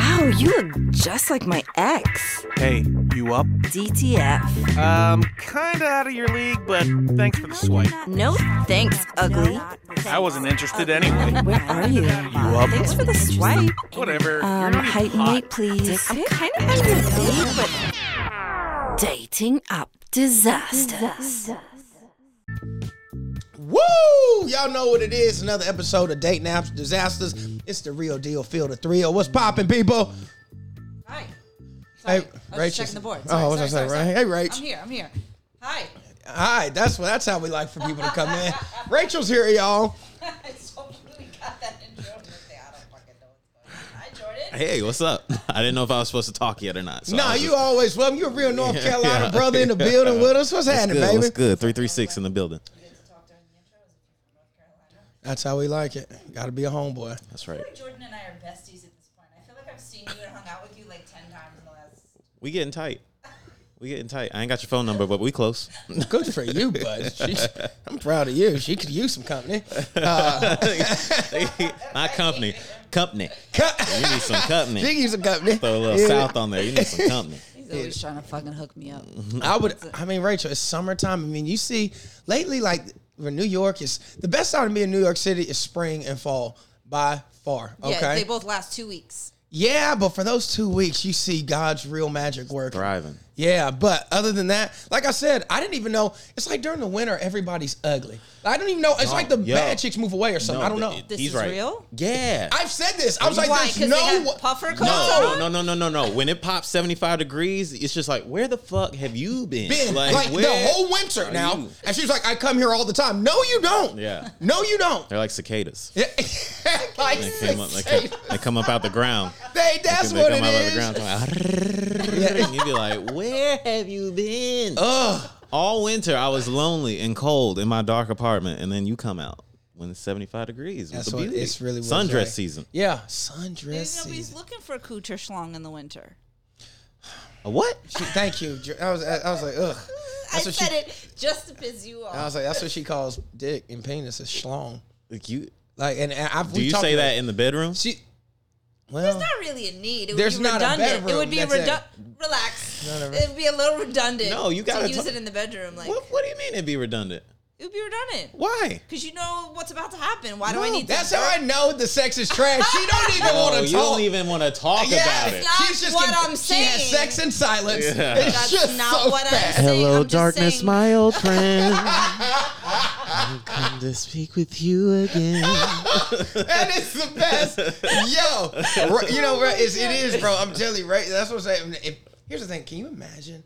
Oh, you look just like my ex. Hey, you up? DTF. Um, kinda out of your league, but thanks for the swipe. No thanks, ugly. I wasn't interested anyway. Where are you? You up? Thanks for the swipe. Whatever. You're Um, not even height and hot. weight, please. I'm kind of on a date, but dating up disasters. Woo! Y'all know what it is. Another episode of Date Naps Disasters. It's the real deal. Feel the thrill. What's popping, people? Hi. Hey, Sorry. I was Rach just is- checking the board. Oh, Sorry, I was sorry, gonna say, sorry, right? sorry. Hey, Rach. I'm here. I'm here. Hi. Hi. That's what. That's how we like for people to come in. Rachel's here, y'all. It's so we got Oh that intro. I'm gonna say, I don't fucking know what's going on. Hi, Jordan. Hey, what's up? I didn't know if I was supposed to talk yet or not. So nah, I was you just- always welcome. You're a real North Yeah, Carolina yeah. brother in the building with us. What's What's happening, good? baby? What's good? Three three six in the building. That's how we like it. Got to be a homeboy. That's right. Jordan and I are besties at this point. I feel like I've seen you and hung out with you like 10 times in the last. We getting tight. We getting tight. I ain't got your phone number, but we close. Good for you, bud. She's- I'm proud of you. She could use some company. My company, company. Co- You need some she could company. use some company. Throw a little Yeah. south on there. You need some company. He's always trying to fucking hook me up. I would. I mean, Rachel, it's summertime. I mean, you see, lately, like for New York, is the best time to be in New York City is spring and fall by far. Okay. Yeah, Yeah, they both last two weeks. but for those two weeks, you see God's real magic work. Thriving. Yeah, but other than that, like I said, I didn't even know. It's like during the winter, everybody's ugly. I don't even know. It's like the yo. bad chicks move away or something. I don't know. This He's is right. real? Yeah. I've said this. I was like, Why? there's Because they no. have puffer coats no, on? no, no, no, no, no, no. When it pops seventy five degrees, it's just like, where the fuck have you been? been like, the where whole winter are now. you? And she's like, I come here all the time. No, you don't. Yeah. No, you don't. They're like cicadas. Yeah. like They came up. They say- come, they come up out the ground. they- that's they what come it out of the is. ground talking about, and you'd be like, "Where have you been?" Ugh. All winter, I was lonely and cold in my dark apartment, and then you come out when it's seventy-five degrees. That's with the what beauty. it's really what it's sundress like. season. Yeah, Maybe sundress nobody's season. looking for a cooter schlong in the winter. A what? She- thank you. Jer- I was, I, I was like, ugh. I That's what said she, it just to piss you off. I was like, that's what she calls dick and penis is schlong. Like you? Like, and, and I've Do we you talked say about- that in the bedroom? She, well, There's not really a need. It would "Oh." There's be not a redundant. it would be bedroom, that's redundant. Relax. Not a- It'd be a little redundant. No, you gotta to use talk- it in the bedroom. Like what, what do you mean it'd be redundant? it would be redundant Why? because you know what's about to happen. Why do I need? that's to how I know the sex is trash. She don't even want Oh, to you talk. don't even want to talk yeah, about it. It's not she's just what con- I'm She saying. has sex in silence. Yeah. It's That's just not so what I'm bad. saying. I'm just saying- old friend. I've come to speak with you again. That is the best. Yo, right- you know, right, it's, it is, bro. I'm telling you, right? That's what I'm saying. If, here's the thing. Can you imagine,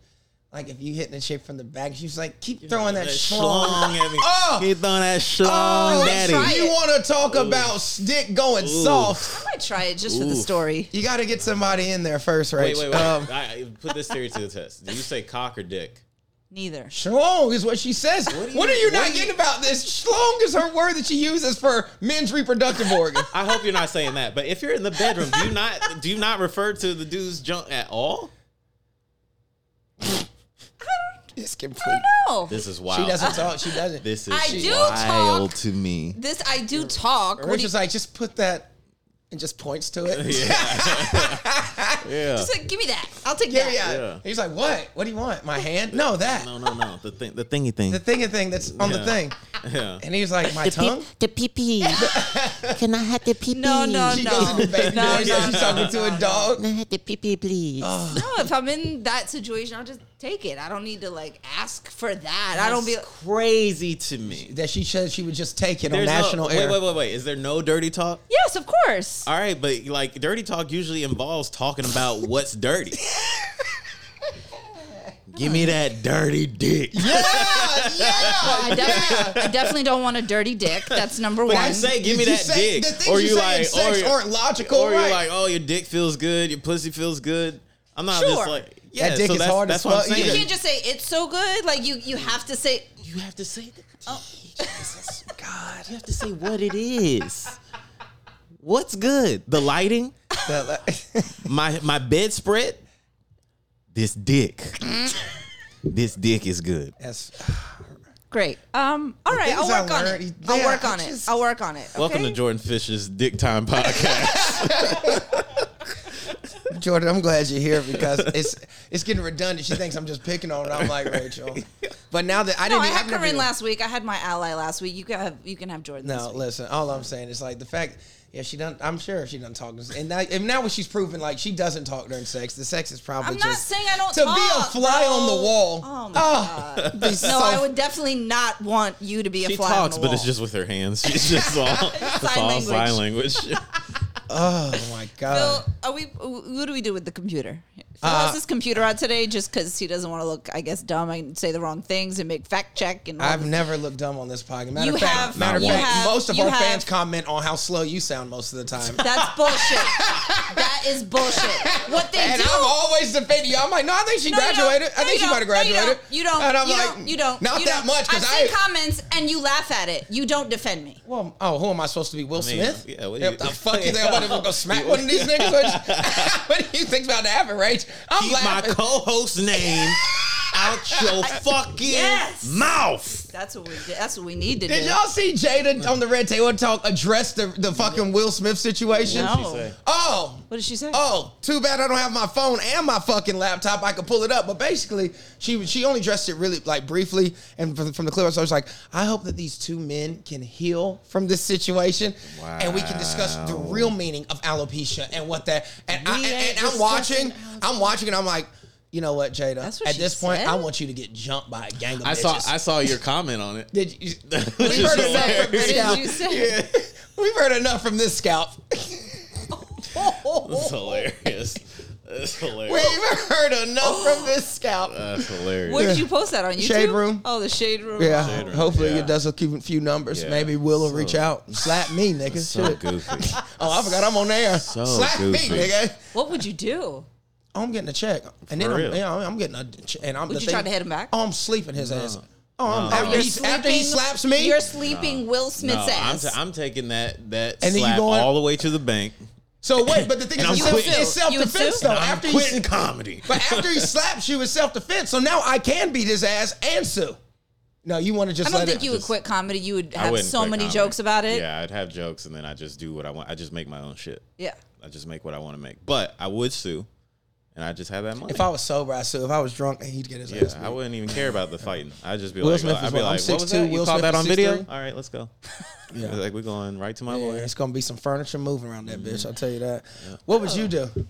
like, if you hitting a chick from the back, she's like, keep throwing that That schlong. schlong at me. Oh. Keep throwing that schlong, Oh, daddy. try you want to talk about stick going soft? I might try it just for the Oof. story. You got to get somebody in there first, right? Um, Wait, wait, wait. I, I- put this theory to the test. Do you say cock or dick? Neither. Schlong is what she says. What, do you- are you what not do you- getting about this? Schlong is her word that she uses for men's reproductive organ. I hope you're not saying that. But if you're in the bedroom, do you not do you not refer to the dude's junk at all? it's complete. No, This is wild. She doesn't talk. She doesn't. This is I do wild talk. to me. this I do talk. What Rich do you, is like, just put that and just points to it. Yeah. just like, give me that. I'll take Yeah, that. yeah. Yeah. He's like, what? What do you want? My hand? No, that. no, no, no. The thing, the thingy thing. The thingy thing that's on the Yeah. thing. yeah. And he's like, my the peep- tongue? the pee pee. Can I have the pee pee? No, no, She no, goes in the no, baby no, voice like she's talking to a dog. Can I have the pee pee, please? No, if I'm in that situation, I'll just take it. I don't need to like ask for that. I don't be. It's crazy to me. That she said she would just take it on There's no- national air. Wait, wait, wait, wait. Is there no dirty talk? Yes, of course. All right, but like dirty talk usually involves talking about what's dirty. Give me that dirty dick. Yeah, yeah. I definitely, I definitely don't want a dirty dick. That's number When one. you say give me You that say- dick, the things or you you, say in like, sex or you- aren't logical, or right? you like, oh, your dick feels good, your pussy feels good. I'm not Sure. just like, yeah, dick so is that's, hard that's as what fuck I'm you either. saying. can't just say it's so good. Like you, you have to say You have to say that. Jesus, God. You have to say what it is. What's good? The lighting, That- my my bedspread, this dick. this dick is good. That's, great. Um, all right, I'll things I work on learned- it. I'll yeah, work on I it. just- I'll work on it. Welcome to okay? Jordan Fisher's Dick Time Podcast. Jordan, I'm glad you're here because it's it's getting redundant. She thinks I'm just picking on her. I'm like Rachel, but now that I No, didn't I have had never Corinne did- last week. I had my ally last week. You can have you can have Jordan. this No, week. listen. All I'm saying is like the fact. Yeah, she done. I'm sure she done talking. And now, and now, what she's proven, like she doesn't talk during sex. The sex is probably. I'm just, not saying I don't to talk, be a fly bro. on the wall. Oh my Oh, god. no, I would definitely not want you to be a She fly talks, on the but wall. it's just with her hands. She's just all, it's Sign all language. sign language. oh my uh, god. So, are we? What do we do with the computer? Phil Uh, has his computer out today just because he doesn't want to look, I guess, dumb and say the wrong things and make fact check and. all I've this- never looked dumb on this podcast. Matter You of fact, have- matter of you fact, have- most of you our have- fans comment on how slow you sound most of the time. That's bullshit. that is bullshit. What they And do? I'm always defending you. I'm like, no, I think she No, you don't. graduated. I No, think you she might don't. have No, graduated. You don't. You don't. And I'm you, like, don't. you don't. Not you don't. that much because I've I. seen comments and you laugh at it. You don't defend me. well, oh, who am I supposed to be? Will mean, Smith? yeah, what do you- the fuck you think I'm gonna go smack one of these niggas? What- what do you think's about to happen, Rach? I'm Keep my laughing. co-host name out your fucking Yes. mouth. That's what we. That's what we need to Did do. y'all see Jada on the Red Table Talk address the, the fucking Will Smith situation? No. What'd she say? Oh. What did she say? Oh, too bad I don't have my phone and my fucking laptop. I could pull it up, but basically, she she only dressed it really like briefly. And from, from the clip, I was like, I hope that these two men can heal from this situation, and we can discuss the Wow. real meaning of alopecia and what that. And, I, We and, ain't and I'm discussing watching, alopecia. I'm watching, and I'm like, you know what, Jada? That's what At she this point, said? I want you to get jumped by a gang of I saw. bitches. I saw your comment on it. Did you? Which We've is heard enough from hilarious. this What did scalp. you say? We've heard enough from this scalp. That's hilarious. That's We've hilarious. Oh. heard enough from this scalp. That's hilarious. Where did you post that on YouTube? Shade Room. Oh, the shade room. Yeah, Oh. room, hopefully yeah. it does a few, few numbers. Yeah. Maybe Will will So- reach out and slap me, nigga. So Shit. goofy. Oh, I forgot I'm on air. So slap goofy. me, nigga. What would you do? Oh, I'm getting a check, and then For I'm, real? yeah, I'm getting a ch- and I'm. Would the you try to hit him back? Oh, I'm sleeping his ass. Oh, I'm, No. after, You're he, after he sleeping- slaps me, You're sleeping Will No, Smith's I'm, ass. t- I'm taking that that And then you slap going- all the way to the bank. so wait. But the thing And is, I'm it's, quitting. it's self You would defense sue? though. And I'm after quitting he, comedy. but after he slaps you, it's self defense. So now I can beat his ass and sue. No, you want to just I don't let think it. you would quit comedy. You would I have wouldn't so quit many comedy. jokes about it. Yeah, I'd have jokes and then I just do what I want. I just make my own shit. Yeah. I just make what I want to make. But I would sue, and I just have that money. If I was sober, I sue. If I was drunk, he'd get his yeah, ass. beat. I wouldn't even care about the fighting. I'd just be Will like, Smith I'd is be what, I'm like, what was 6'2", that? You Will called Smith that is on video? 6'3"? All right, let's go. Yeah, like we're going right to my Yeah, lawyer. it's gonna be some furniture moving around that bitch. I'll tell you that. What would you do? Oh.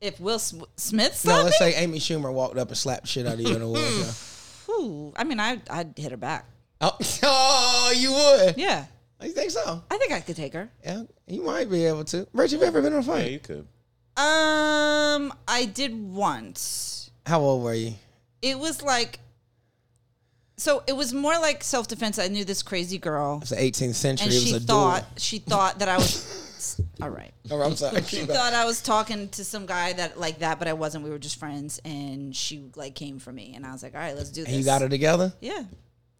If Will Sm- Smith slapped No, let's me, say Amy Schumer walked up and slapped shit out of you in a wheelchair. Hmm. Ooh, I mean, I, I'd hit her back. Oh, oh, you would? Yeah. You think so? I think I could take her. Yeah, you might be able to. Rich, you ever been in a Yeah, fight? you could. Um, I did once. How old were you? It was like, so it was more like self defense. I knew this crazy girl, It's the 18th century. and it was she a thought she thought that I was all right. duel. Oh, I'm sorry. She thought I was talking to some guy that like that, but I wasn't. We were just friends, and she like came for me, and I was like, all right, let's do this. and you got her together. Yeah.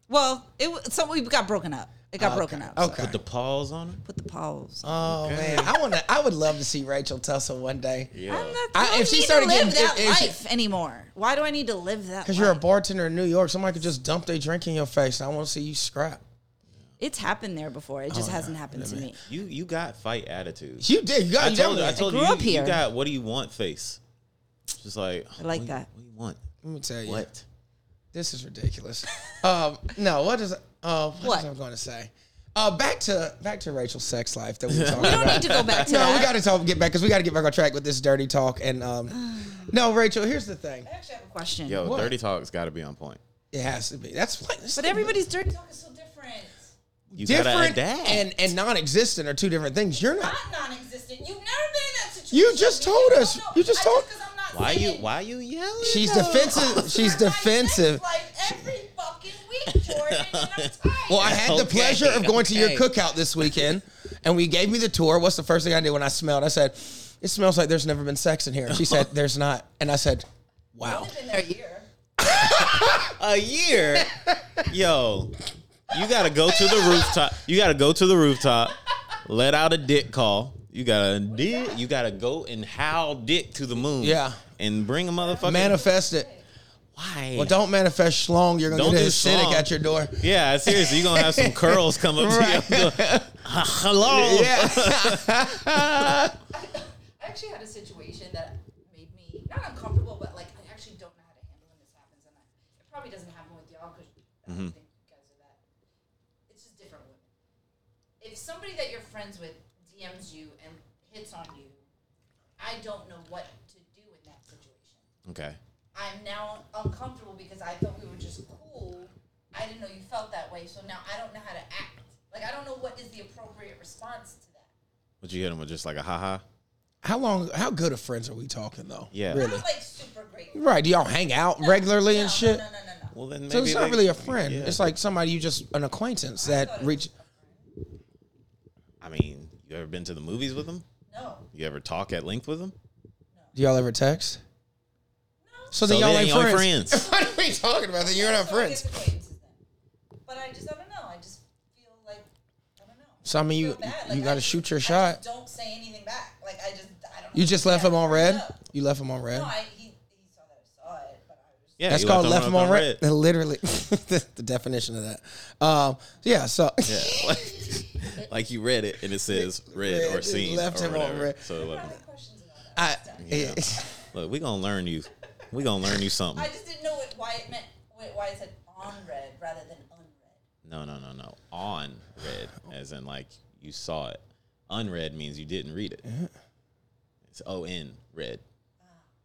Well, it wa- so we got broken up. It got broken up. so Ah, Okay. Put the paws on him. put the pause. Oh man, I want to. I would love to see Rachel Tussle one day. Yeah. I'm not. I- I, don't if she need started to getting- live that if- if she- life anymore. Why do I need to live that? Cause Because you're a bartender in New York, somebody could just dump their drink in your face. And I want to see you scrap. It's happened there before. Oh, It just hasn't happened to me. You you got fight attitude. You did. You got. I you done told you. I that. told grew you. up you- here. You got what do you want face? Just like I like what do you- that. What do you want? Let me tell you. What? This is ridiculous. um, no, what is uh, what, What? was I going to say? Uh, back to back to Rachel's sex life that we were talking We don't about. need to go back to no, that. we got to talk get back because we got to get back on track with this dirty talk. And um, no, Rachel, here's the thing. I actually have a question. Yo, What? dirty talk's got to be on point. It has to be. That's like this But thing- everybody's dirty talk is so different. You gotta different adapt. and and non-existent are two different things. You're not. Not non-existent. You've never been in that situation. You just told don't us. know. You just I- told- 'cause I'm not why you saying- why you yelling? She's though? defensive. She's I sex defensive. life every fucking week, Jordan, and I'm tired. Well, I had the Okay, pleasure of going to your okay. cookout this weekend, and we gave me the tour. What's the first thing I did when I smelled? I said, "It smells like there's never been sex in here." She said, "There's not," and I said, "Wow." I've been there a year. a year. Yo, you gotta go to the rooftop. You gotta go to the rooftop. Let out a dick call. You gotta dick. You gotta go and howl dick to the moon. Yeah. and bring a motherfucker. Manifest it. Why? Well, don't manifest schlong. You're gonna Don't get a do acidic schlong. at your door. Yeah, seriously, you gonna have some curls come up to you. Hello. Yeah. I actually had a situation that made not uncomfortable, but like I actually don't know how to handle when this happens, and I, it probably doesn't happen with y'all because I Mm-hmm. don't think you guys are that. It's just different women. If somebody that you're friends with DMs you and hits on you, I don't know what to do in that situation. Okay. I'm now uncomfortable because I thought we were just cool. I didn't know you felt that way, so now I don't know how to act. Like I don't know what is the appropriate response to that. Would you hit him with just like a haha? How long? How good of friends are we talking though? Yeah. really. I'm like super great. Right? Do y'all hang out regularly and No, shit? No, no, no, no. no. Well, then maybe So it's not they- really a friend. Yeah. It's like somebody you just an acquaintance that reach. I mean, you ever been to the movies with them? No. You ever talk at length with them? Do y'all ever text? So then So y'all they ain't ain't friends. friends. what are we talking about? Then you're not So it is friends. acquaintances then. But I just I don't know. I just feel like I don't know. So I mean, I feel you bad. Like, you I got to just- shoot your I just shot. Don't say anything back. Like I just I don't. know. You just left Yeah, him on I red. know. You left him on red. No, I, he, he saw that I saw it, but I was. Yeah, That's you called left left them him on red. Literally, the, the definition of that. Um, yeah. So Yeah. like you read it and it says red Red, or just seen left or him on whatever. red. So like, I, Yeah. look, we gonna learn you. We gonna learn you something. I just didn't know it, why it meant why- why it said on red rather than unread. No, no, no, no. On red, as in like you saw it. Unread means you didn't read it. Uh-huh. It's O N red.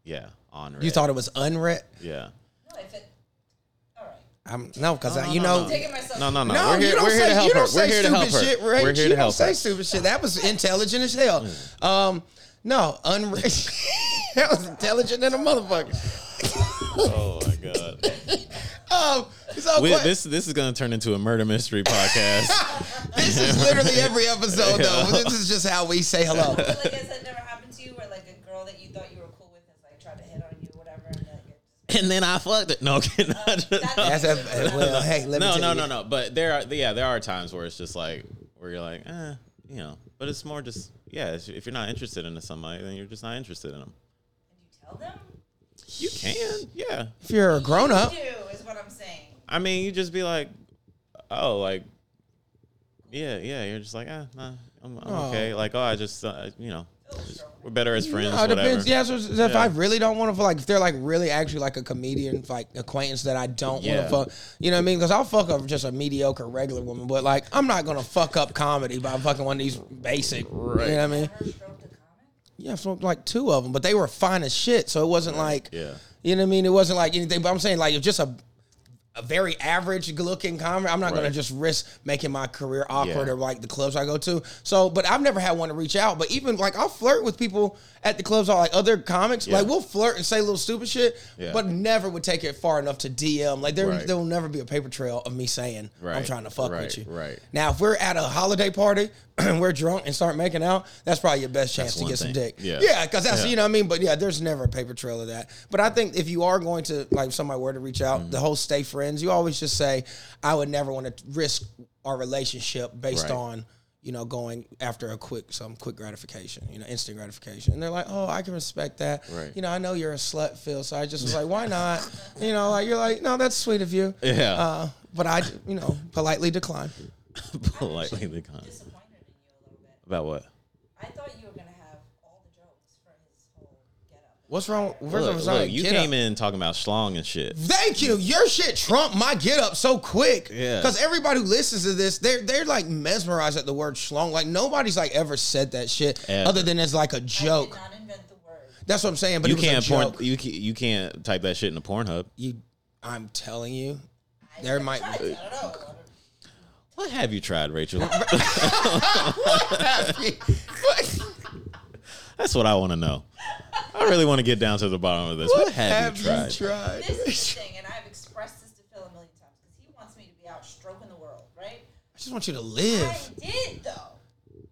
Yeah, on red. you thought it was unread. Yeah. No, if it. All right. I'm no, because No, no, you no, know. no. Taking myself. No, no, no. No, we're you here, don't we're say, here to help you don't her. say We're here to stupid help her. shit, Ray. We're here you to don't help say her. Mm. stupid shit. That was intelligent as hell. Um, no, unread. that was intelligent than a motherfucker. Oh my god. Um, so We- what- this this is gonna turn into a murder mystery podcast. this is literally every episode though. This is just how we say hello. But like, has that never happened to you, where like a girl that you thought you were cool with has like tried to hit on you, or whatever, and like, it just, and then I fucked it. No, can I just- no. That's a, well, hey, let me no, tell no, you. no, no. But there are yeah, there are times where it's just like where you're like, eh, you know. But it's more just yeah. it's- If you're not interested in somebody, then you're just not interested in them. and you tell them? You can, yeah. If you're a grown up, Do is what I'm saying. I mean, you just be like, oh, like, yeah, yeah. You're just like, ah, nah, I'm, I'm Oh. okay. Like, oh, I just, uh, you know, just- we're better as friends. No, uh, it whatever. depends. Yeah, so so if Yeah. I really don't want to, like, if they're like really actually like a comedian, like acquaintance that I don't Yeah. want to fuck, you know what I mean? Because I'll fuck up just a mediocre regular woman, but like I'm not gonna fuck up comedy by fucking one of these basic. You know what I mean? Ever stroked a comic? Yeah, so like two of them, but they were fine as shit. So it wasn't like, yeah. you know what I mean? It wasn't like anything. But I'm saying like if just a a very average looking comic, I'm not gonna Right. just risk making my career awkward Yeah. or like the clubs I go to. So, but I've never had one to reach out. But even like I'll flirt with people at the clubs, or like other comics. Yeah. Like we'll flirt and say little stupid shit, Yeah. but never would take it far enough to DM. Like there, Right. there will never be a paper trail of me saying I'm Right. trying to fuck Right. with you. Right. Now, if we're at a holiday party and we're drunk and start making out, that's probably your best chance That's to one get some thing. dick. Yeah. yeah, because that's Yeah. you know what I mean. But yeah, there's never a paper trail of that. But I think if you are going to like if somebody were to reach out, Mm. the whole stay friends. You always just say, I would never want to risk our relationship based Right. on you know going after a quick some quick gratification, you know, instant gratification. And they're like, oh, I can respect that. Right. You know, I know you're a slut, Phil. So I just was like, why not? You know, like you're like, no, that's sweet of you. Yeah. Uh, but I, you know, politely decline. Politely the con. Disappointed in you a little bit. About what? I thought you were gonna have all the jokes for his whole getup. What's wrong? First of all, Look, it's not look, a you get came up. in talking about schlong and shit. Thank you. Your shit trumped my get up so quick. Yeah. Because everybody who listens to this, they're they're like mesmerized at the word schlong. Like nobody's like ever said that shit Ever. other than as like a I joke. did not invent the word. That's what I'm saying. But you it was a can't porn. joke. You ca- you can't type that shit into Pornhub. You, I'm telling you, there might. be. I don't know. What have you tried, Rachel? That's what I want to know. I really want to get down to the bottom of this. What, have, you tried? tried? This is the thing, and I've expressed this to Phil a million times because he wants me to be out stroking the world, right? I just want you to I live. did though.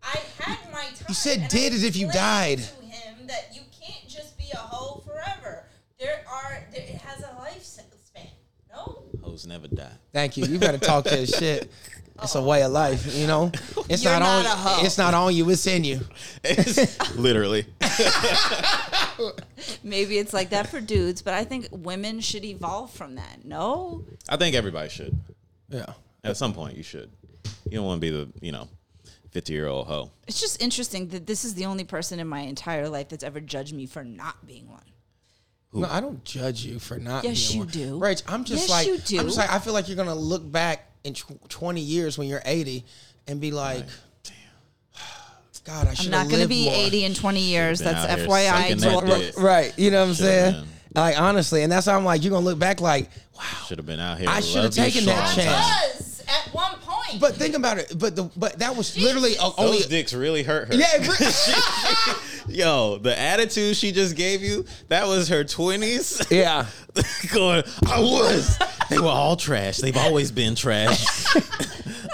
I had my time. You said and did I as if you explained died. To him that you can't just be a hoe forever. There are. There, it has a lifespan. No. Hoes never die. Thank you. You better talk that shit. It's a way of life, you know. It's You're on. not a hoe. It's not on you. It's in you. Literally. Maybe it's like that for dudes, but I think women should evolve from that. No, I think everybody should. Yeah. At some point, you should. You don't want to be the you know, fifty year old hoe. it's just interesting that this is the only person in my entire life that's ever judged me for not being one. No, I don't judge you for not. Yes, being you one. do. Rach. I'm just Yes, like, you do. I'm just like, I feel like you're gonna look back in tw- 20 years when you're 80 and be like, God, I I'm should. not going to be 80 in 20 years. Been That's out here FYI sucking to that all- dick. Right. You know what I'm Shoulda saying? been. Like honestly, and that's how I'm like, you're gonna look back like, wow. Should have been out here. I shoulda Love you taken that strong. chance. was at one point. But think about it. But the but that was literally a, only. Those dicks really hurt her. yeah. it re- Yo, the attitude she just gave you, that was her 20s. yeah. Going, I was. They were all trash. They've always been trash.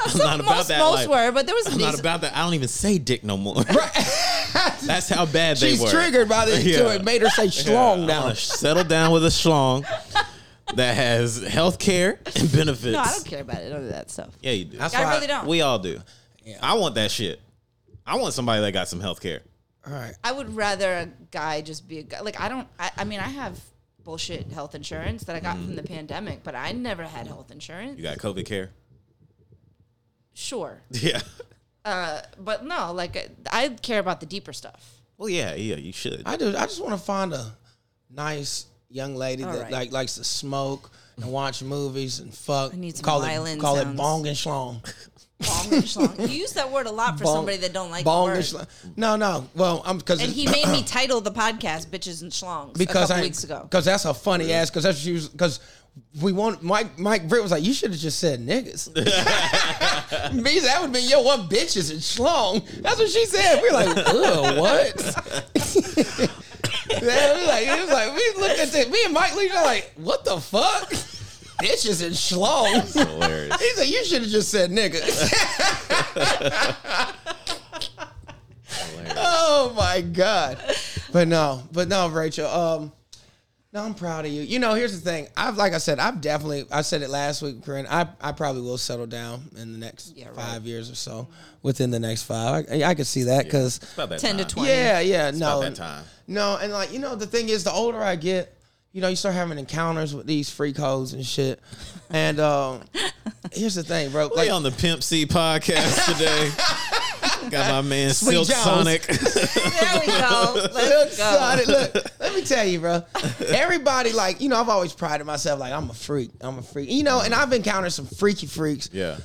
I'm not about most, that. most life. were, but there was a I'm not decent. about that. I don't even say dick no more. That's how bad they She's were. triggered by this. Yeah. too. It made her say schlong I now. wanna settle down with a schlong that has health care and benefits. No, I don't care about it. None of that stuff. Yeah, you do. That's I why- really don't. We all do. I want that shit. I want somebody that got some health care. All right. I would rather a guy just be a guy. Like I don't. I, I mean, I have bullshit health insurance that I got from the pandemic, but I never had health insurance. Mm-hmm. You got COVID care. Sure, uh, Yeah. but no, like I, I care about the deeper stuff. Well, yeah, yeah, you should. I do. I just want to find a nice young lady that right. like likes to smoke and watch movies and fuck. need some call violin it call it sounds. bong and schlong. Bong and schlong. you use that word a lot for Bong- somebody that don't like bong the word. and schlong. No, no. Well, I'm because And he made me title the podcast "Bitches and Schlongs" a because couple I weeks ago. because that's a funny ass because that's usually because. We want Mike. Mike Britt was like, "You should have just said niggas." Me, that would have been yo. What bitches and schlong? That's what she said. We were like, "Ugh, what?" Man, we like, it was like we looked at it. Me and Mike looked at it like, "What the fuck?" bitches and schlong. Hilarious. He said, "You should have just said nigga." oh my god! But no, but no, Rachel. Um, no, I'm proud of you. You know, here's the thing. I've, like I said, I've definitely. I said it last week, Corinne. I, I probably will settle down in the next Yeah, right. five years or so. Within the next five, I, I could see that because. It's about that 10 to time. 20. Yeah, yeah, no. about that time. No, and like you know, the thing is, the older I get, you know, you start having encounters with these freak hoes and shit. And um, here's the thing, bro. We on the Pimp C podcast today. got my man Silk Jones. Sonic. There we go. look, Let's go. son, it- look, let me tell you, bro. Everybody, like, you know, I've always prided myself, like, I'm a freak. I'm a freak. You know, and I've encountered some freaky freaks. yeah.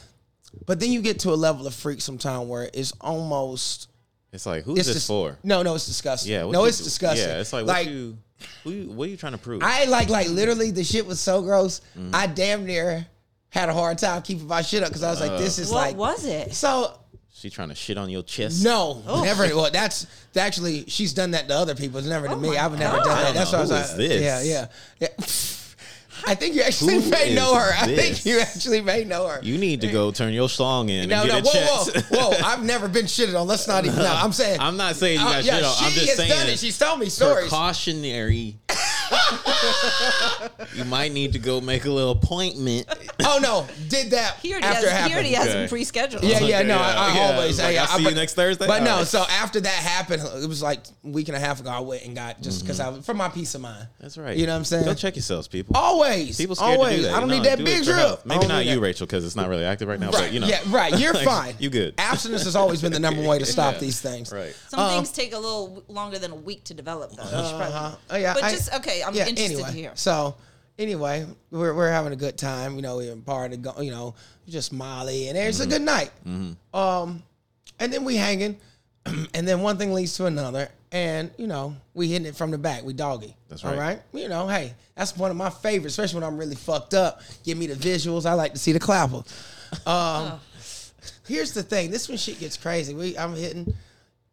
But then you get to a level of freak sometime where it's almost. It's like, who's It's this dis- for? No, no, it's disgusting. Yeah. what no, you it's do- disgusting. Yeah. It's like, what you, who you, what are you trying to prove? I like like literally the shit was so gross. I damn near had a hard time keeping my shit up because I was like, this is What like was it? so. she trying to shit on your chest? No, never. Well, that's actually she's done that to other people. It's never to me. I've never done that. That's what I was Who like. is this? Yeah, yeah, yeah. I think you actually Who may is know her. I this? think you actually may know her. You need to go turn your schlong in no, and no, get whoa, it checked. whoa, whoa! I've never been shitted on. Let's not even. No, I'm saying. I'm not saying you Oh, got yeah, shit on. I'm she just has saying done it. She's told me stories. precautionary. you might need to go make a little appointment. Oh no, did that He already after it has, happened. he already has Okay. them pre-scheduled. Yeah, yeah, Okay, no, yeah, I, I yeah. always. Like, yeah, I'll see but- you next Thursday? But no, Alright. so after that happened, it was like a week and a half ago. I went and got just because I was for my peace of mind. Mm-hmm. That's right. You know what I'm saying? Go check yourselves, people. Always. People scared always. to do that. I don't No, need that do it big for drip. health. I Maybe don't not need you, that. Rachel, because it's not really active right now. But you know, Yeah, right. You're Like, fine. You good? Abstinence has always been the number one way to stop Yeah. these things. Right. Some uh, things take a little w- longer than a week to develop, though. You should probably- Uh-huh. Oh, yeah, But I- just okay. I'm interested anyway. here. So anyway, we're, we're having a good time. You know, we in party. Go, you know, just Molly, and Mm-hmm. it's a good night. Um, and then we hanging, and then one thing leads to another, and you know, we hitting it from the back. We doggy. That's All right. right. You know, hey, that's one of my favorites, especially when I'm really fucked up. Give me the visuals. I like to see the clapper. Um, here's the thing. This when shit gets crazy. We I'm hitting.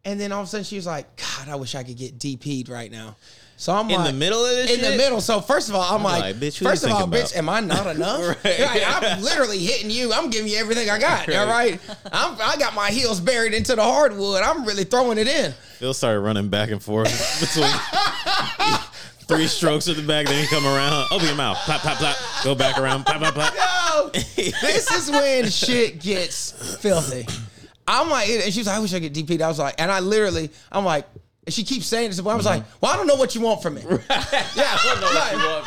And then all of a sudden she was like, God, I wish I could get DP'd right now. So I'm In like, the middle of this in the shit? middle. So first of all, I'm, like, like, bitch, who first you of all, thinking bitch, about? am I not enough? Right. Like, I'm literally hitting you. I'm giving you everything I got. All right, I'm, I got my heels buried into the hardwood. I'm really throwing it in. Phil started running back and forth between three strokes at the back, then he come around, open your mouth, pop, pop, pop, go back around, pop, pop, pop. No, this is when shit gets filthy. I'm like, and she was like, I wish I could DP'd. I was like, and I literally, I'm like, and she keeps saying this. But I was like, well, I don't know what you want from me. Yeah, like, yeah, like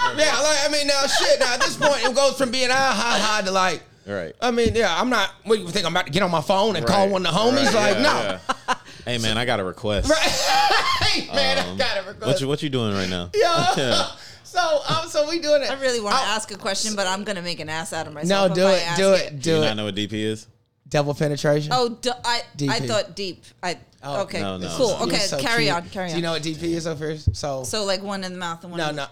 I mean, now shit. Now at this point, it goes from being ah ha ha to like. Right. I mean, yeah, I'm not. What do you think? I'm about to get on my phone and call Right. one of the homies? Right, Like, yeah, no. yeah. Hey man, I got a request. hey man, I Um, got a request. What you what you doing right now? Yo. so um, so we doing it. I really want to I'll- ask a question, but I'm gonna make an ass out of myself. Oh. No, if do I it, ask do it, Do you do not it. know what DP is? Double penetration. Oh, d- I I DP. thought deep. I Oh, okay, no, no, cool. no. Okay, You're so carry cute. on, carry on. Do you know what DP is over here? So, so like one in the mouth and one. no, in the- no.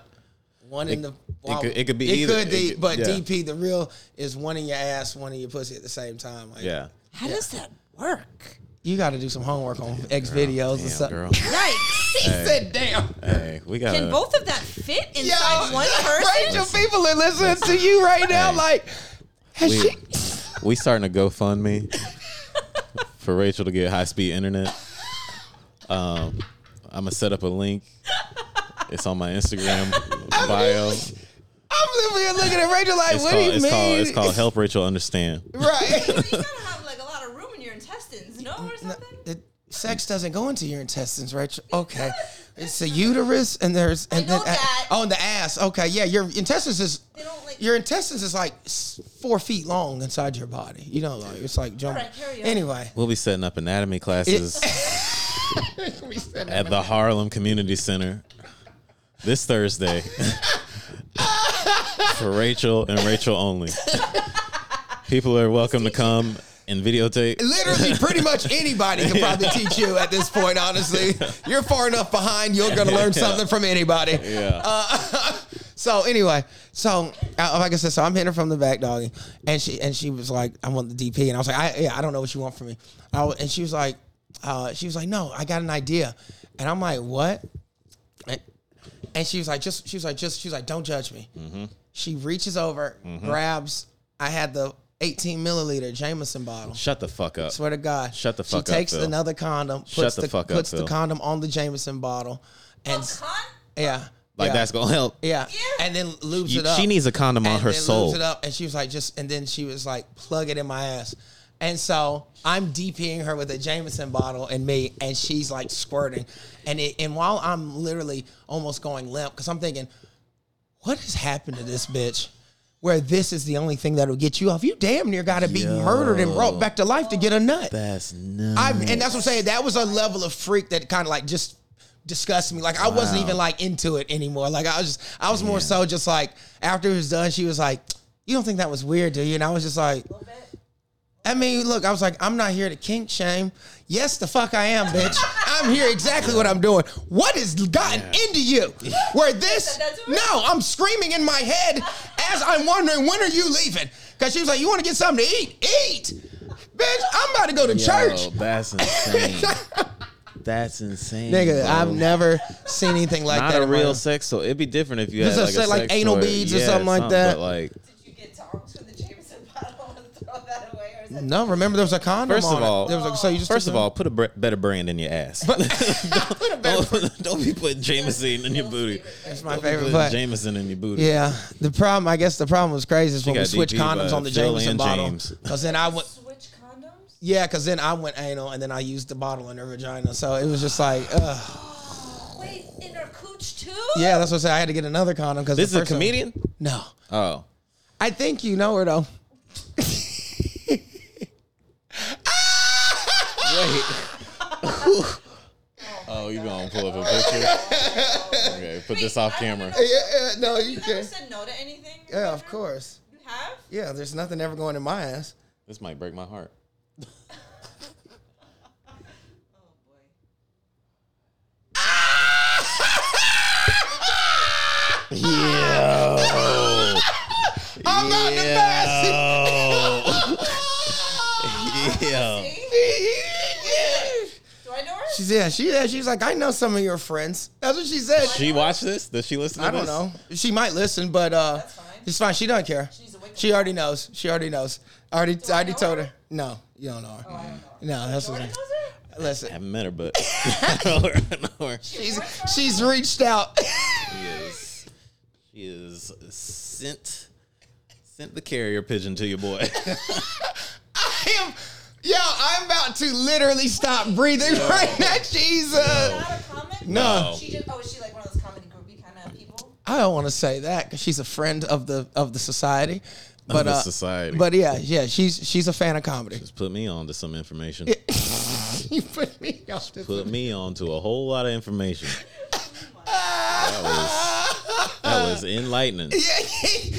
One in the it could- it could be it either. could It be, could- but yeah. DP the real is one in your ass, one in your pussy at the same time. Like, Yeah. How does that work? you got to do some homework on X videos and Damn, stuff. girl. Yikes! He said, "Damn, Hey, we got Can both of that fit inside one person? Rachel, people are listening to you right now. Hey. Like, has We- she? we starting to GoFundMe for Rachel to get high speed internet. Um, I'm gonna set up a link. It's on my Instagram bio. It's I'm literally looking at Rachel like, what called, do you it's mean? called it's called Help Rachel Understand. Right. you gotta have like a lot of room in your intestines, no, or No, something. it- sex doesn't go into your intestines, Rachel. Okay, it's the uterus and there's and know then that. oh, and the ass. Okay, yeah, your intestines is They don't, like- your intestines is like s- four feet long inside your body. You know, like it's like jump. Alright, carry on. anyway, We'll be setting up anatomy classes at the Harlem Community Center this Thursday for Rachel and Rachel only. People are welcome to come and videotape. literally, pretty much anybody can probably teach you at this point. Honestly, you're far enough behind. You're gonna learn something from anybody. Uh, Yeah. So anyway, so uh, like I said, so I'm hitting her from the back, doggy, and she and she was like, "I want the DP," and I was like, "I yeah, I don't know what you want from me," I, wa- and she was like, uh, "She was like, no, I got an idea," and I'm like, "What?" And, and she was like, "Just," she was like, "Just," she was like, "Don't judge me." She reaches over, grabs. I had the 18 milliliter Jameson bottle. Shut the fuck up. Swear to God. Shut the she fuck up, She takes Phil. another condom, puts Shut the fuck up, puts the Phil. condom on the Jameson bottle, and s- Con- yeah, Like yeah. that's gonna help. Yeah. Yeah. And then lubes You- it up. she needs a condom on And her then lubes soul. it up, and she was like, just, and then she was like, plug it in my ass. And so I'm DPing her with a Jameson bottle and me, and she's like squirting. And it, and while I'm literally almost going limp, because I'm thinking, what has happened to this bitch? Where this is the only thing that'll get you off. You damn near got to be murdered and brought back to life to get a nut. That's nuts. I and that's what I'm saying. That was a level of freak that kind of like just disgusted me. Like I wasn't even like into it anymore. Like I was just I was more so just like after it was done, she was like, "You don't think that was weird, do you?" And I was just like. I mean, look, I was like, I'm not here to kink shame. Yes, the fuck I am, bitch. I'm here exactly what I'm doing. What has gotten into you? Where this? That's weird. No, I'm screaming in my head as I'm wondering when are you leaving? Because she was like, you want to get something to eat? Eat, bitch. I'm about to go to church. That's insane. that's insane. Nigga, bro. I've never seen anything like not that. a in my real life. sex toy. It'd be different if you Just a had like, set, a like, sex anal toy. beads or Yeah, something like that. But like, Did you get dogs from the Jameson bottle and throw that away? Or is that No, remember there was a condom. First on of it. all- there was a, so you just first took of it- all, put a br- better brand in your ass. don't, don't be putting Jameson in your booty. it's my Don't be favorite. putting But Jameson in your booty. yeah, the problem. I guess the problem was crazy is when we got switched DP by condoms on the Phil Jameson and bottle. James. Because then I went, switch condoms? yeah, because then I went anal and then I used the bottle in her vagina. So it was just like, ugh. Wait, in her cooch too? yeah, that's what I said. I had to get another condom because This is a comedian. No, Oh, I think you know her though. wait. oh, you gonna pull up a picture? Okay, put this off camera. Yeah, no, you You ever can. said no to anything? Yeah, of course. You have? Yeah, there's nothing ever going in my ass. This might break my heart. Yeah. Oh, I'm not embarrassed. yeah. Do I know her? She's yeah, she yeah, she's like, I know some of your friends. That's what she said. She watched this? Does she listen to I don't this? know. She might listen, but uh it's fine. She doesn't care. She already knows. She already knows. I already I already told her? No, you don't know her. No, that's what I Listen. haven't met her, but I know her. I know her. She She's she's reached out. is she is sent sent the carrier pigeon to your boy. I am yo, I'm about to literally stop breathing right now. Jesus. Not a comment? No. She just, oh, is she like one of those comedy groupie kind of people? I don't want to say that because she's a friend of the of the society. But the uh, society. But yeah, yeah, she's she's a fan of comedy. Just put me on to some information. you put me off this. Put me on to a whole lot of information. That was, Uh, that was enlightening. Yeah, I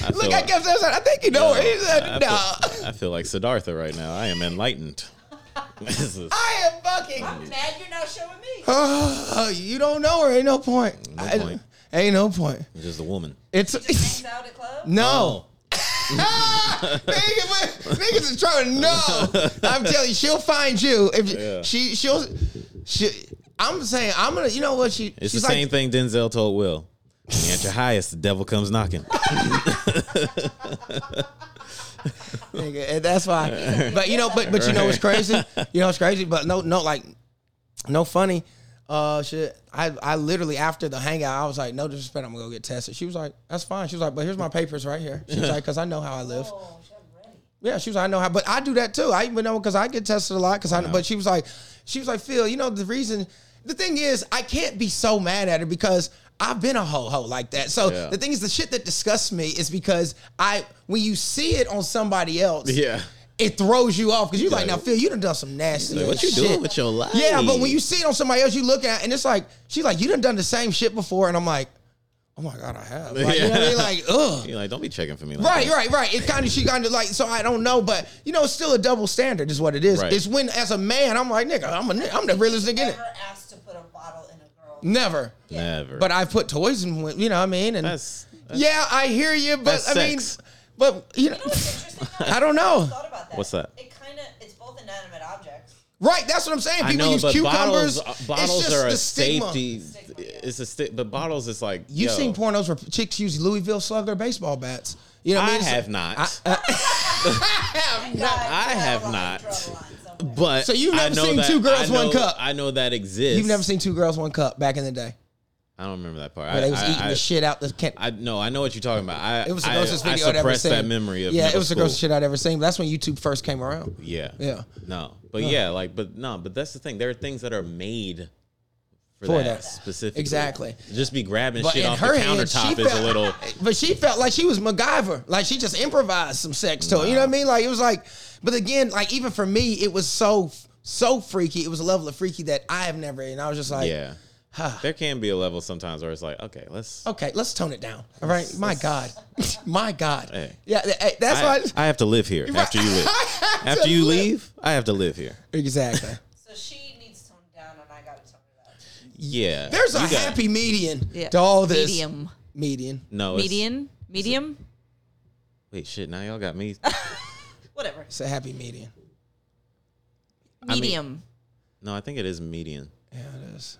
look, feel- I guess that's. I think you know what he said. No, I feel, I feel like Siddhartha right now. I am enlightened. This is- I am fucking. I'm mad you're not showing me. Oh, you don't know her. Ain't no point. No I- point. ain't no point. it's just a woman. It's Hangs out at club. no. Oh. Nigga, but- Niggas is trying to know. I'm telling you, she'll find you. If Yeah. she, she'll, she. I'm saying, I'm gonna. You know what? She. It's she's the like, same thing Denzel told Will. When you're at your highest, the devil comes knocking. Nigga, and that's why. But you know, but but you know what's crazy? You know what's crazy? But no, no, like, no funny. Uh, shit. I I literally after the hangout, I was like, no disrespect, I'm gonna go get tested. She was like, that's fine. She was like, but here's my papers right here. She was like, cause I know how I live. Oh, she had ready. Yeah, she was. like, I know how, but I do that too. I even know because I get tested a lot. Because I, but she was like, she was like, Phil, you know the reason. The thing is, I can't be so mad at her because I've been a ho ho like that. So Yeah. the thing is, the shit that disgusts me is because I, when you see it on somebody else, Yeah. it throws you off because you're like, Yeah. now Phil, you done done some nasty. Like, what ass you shit. doing with your life? Yeah, but when you see it on somebody else, you look at it and it's like she's like, you done done the same shit before, and I'm like, oh my god, I have. Like, You know what I mean? Like, ugh. You're like, don't be checking for me. Like Right, that. right, right. It kind of she kind of like so I don't know, but you know, it's still a double standard is what it is. Right. It's when as a man I'm like nigga, I'm a ni- I'm the realest nigga in it. Never asked to put a bottle in a girl. Never, Never. but I put toys in. when- You know what I mean? And that's, that's yeah, I hear you, but That's I mean, sex. but you You know, know what's interesting? though? I don't know. thought about that. What's that? It kind of it's both inanimate objects. Right, that's what I'm saying. I People know, use but cucumbers. bottles, uh, bottles it's just are a the stigma. safety. It's a sti- but bottles is like You've yo, seen pornos where chicks use Louisville Slugger baseball bats. You know what I I mean? It's- have not, God, I draw a have line, not. draw a line somewhere. but So you've I never know seen that- two girls, I know- one cup? I know that exists. You've never seen two girls one cup back in the day I don't remember that part. where I, they was I- eating I- the shit out the can- I no, I know what you're talking about. I It was the I- grossest I, video I'd ever suppressed seen. that memory of yeah, it middle was the school. grossest shit I'd ever seen. That's when YouTube first came around. Yeah. Yeah. No, but yeah, like, but no, but that's the thing. There are things that are made for, For that, that. specifically. Exactly. Just be grabbing But shit in off the her head, she countertop is felt- a little. But she felt like she was MacGyver. Like she just improvised some sex to it. You know what I mean? Like it was like, but again, like even for me, it was so so freaky. It was a level of freaky that I have never. And I was just like, Yeah. There can be a level sometimes where it's like, okay, let's. okay, let's tone it down. All right, my God, my God. Hey. Yeah, th- hey, that's I, why. I have to live here after you leave. After you leave, I have to live here. exactly. So she needs toned down, and I gotta tone it up. Yeah. There's a You got- happy median Yeah. to all this. Medium. Median. No. it's- Median? Medium? Wait, shit. Now y'all got me. Whatever. It's a happy median. mean- Medium. No, I think it is median. Yeah, it is.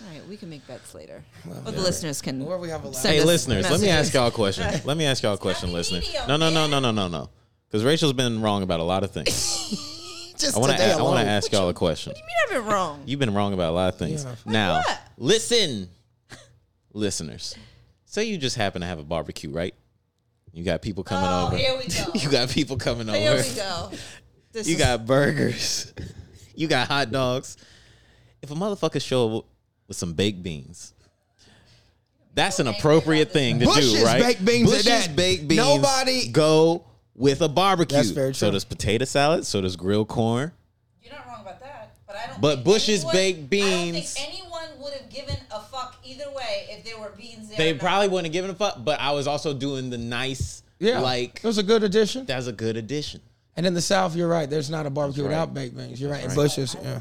All right, we can make bets later. But the listeners can. Where we have a lot. Send Hey, us listeners, let me messages. ask y'all a question. Let me ask y'all a question, not listener. medium, No, no, no, no, no, no, no. Because Rachel's been wrong about a lot of things. Just I want today to. I want alone. to ask y'all a question. You have it wrong. You've been wrong about a lot of things. Yeah. Now, listen, listeners. Say you just happen to have a barbecue, right? You got people coming Oh, over. here we go. You got people coming Here over. we go. This You is- got burgers. You got hot dogs. If a motherfucker show up with some baked beans, that's an appropriate thing to Bush's do, right? baked beans are Bush's that. baked beans. Nobody- go with a barbecue. That's very So true. does potato salad. So does grilled corn. You're not wrong about that, but I don't. But think Bush's anyone- baked beans- I don't think anyone would have given a fuck either way if there were beans there. They or not. probably wouldn't have given a fuck, but I was also doing the nice, Yeah, like it was a good addition. that's a good addition. And in the South, you're right. There's not a barbecue That's right. without baked beans. You're right. And bushes. Yeah.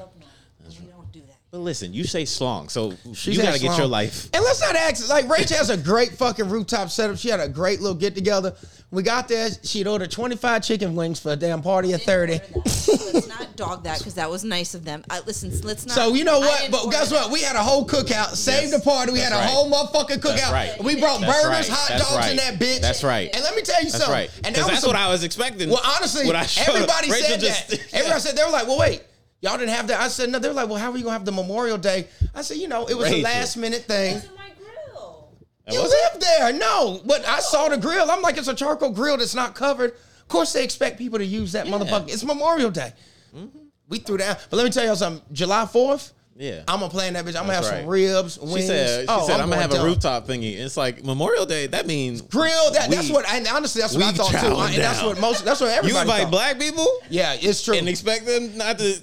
We don't do that. But listen, you say slong, so She's you gotta had get slong. your life. And let's not ask. Like Rachel has a great fucking rooftop setup. She had a great little get together. We got there. She'd ordered 25 chicken wings for a damn party of 30. let's not dog that because that was nice of them. I, listen, let's not. So you know I what? didn't But order guess that. what? We had a whole cookout. Saved the party. We That's had a right. whole motherfucking cookout. right. We brought That's burgers, right. hot That's dogs, right. in that bitch. That's right. And let me tell you That's something. right. And And that that's was some- what I was expecting. Well, honestly, when I showed up. everybody Rachel said just- that. Everybody said they were like, "Well, wait, y'all didn't have that." I said, "No." They were like, "Well, how are you gonna have the Memorial Day?" I said, "You know, it was a Rachel. last minute thing." It's in my grill. That You was- live there. No, but I saw the grill. I'm like, it's a charcoal grill that's not covered. Of course, they expect people to use that motherfucker. It's Memorial Day. Mm-hmm. We threw down. But let me tell y'all something. July 4th, Yeah. I'm going to play in that bitch. I'm going to have That's some right. ribs, wings. She said, she Oh, said, going I'm, gonna have a dumb. rooftop thingy. It's like Memorial Day. That means Grill. That, that's We- what, and honestly, that's what I we thought too. chowing And that's down. what most, that's what everybody you invite thought. black people Yeah, it's true. and expect them not to.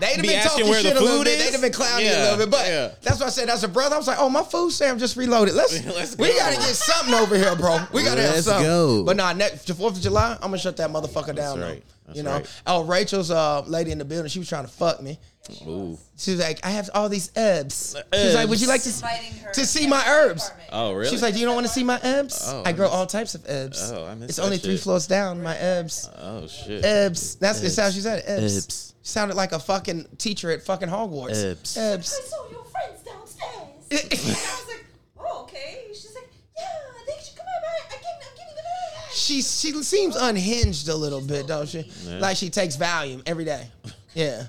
They'd have Be been asking talking where the shit a little food bit. is? They'd have been clowning a Yeah, little bit, but yeah. that's why I said as a brother, I was like, "Oh, my food Sam just reloaded. Let's, Let's we go. gotta get something over here, bro. We gotta have Let's something." go. But nah, next the Fourth of July, I'm gonna shut that motherfucker down. though. right. That's you know. right. Oh, Rachel's uh lady in the building. She was trying to fuck me. Ooh. She was like, "I have all these herbs." She's like, "Would you like to Inviting her to see back my to the herbs?" apartment. Oh, really? She's like, "You don't want to see my herbs? Oh, I I grow miss- all types of herbs. Oh, I miss It's that only three shit. floors down. My herbs." oh shit. Ebbs. That's it's how she said it. Ebbs. Ebbs. She sounded like a fucking teacher at fucking Hogwarts. Ebbs. I Ebbs. saw your friends downstairs. and I was like, oh, okay. She's like, yeah, they should come over. I can, I'm getting them out of She she seems unhinged a little bit, don't she? Like she takes Valium every day. Yeah.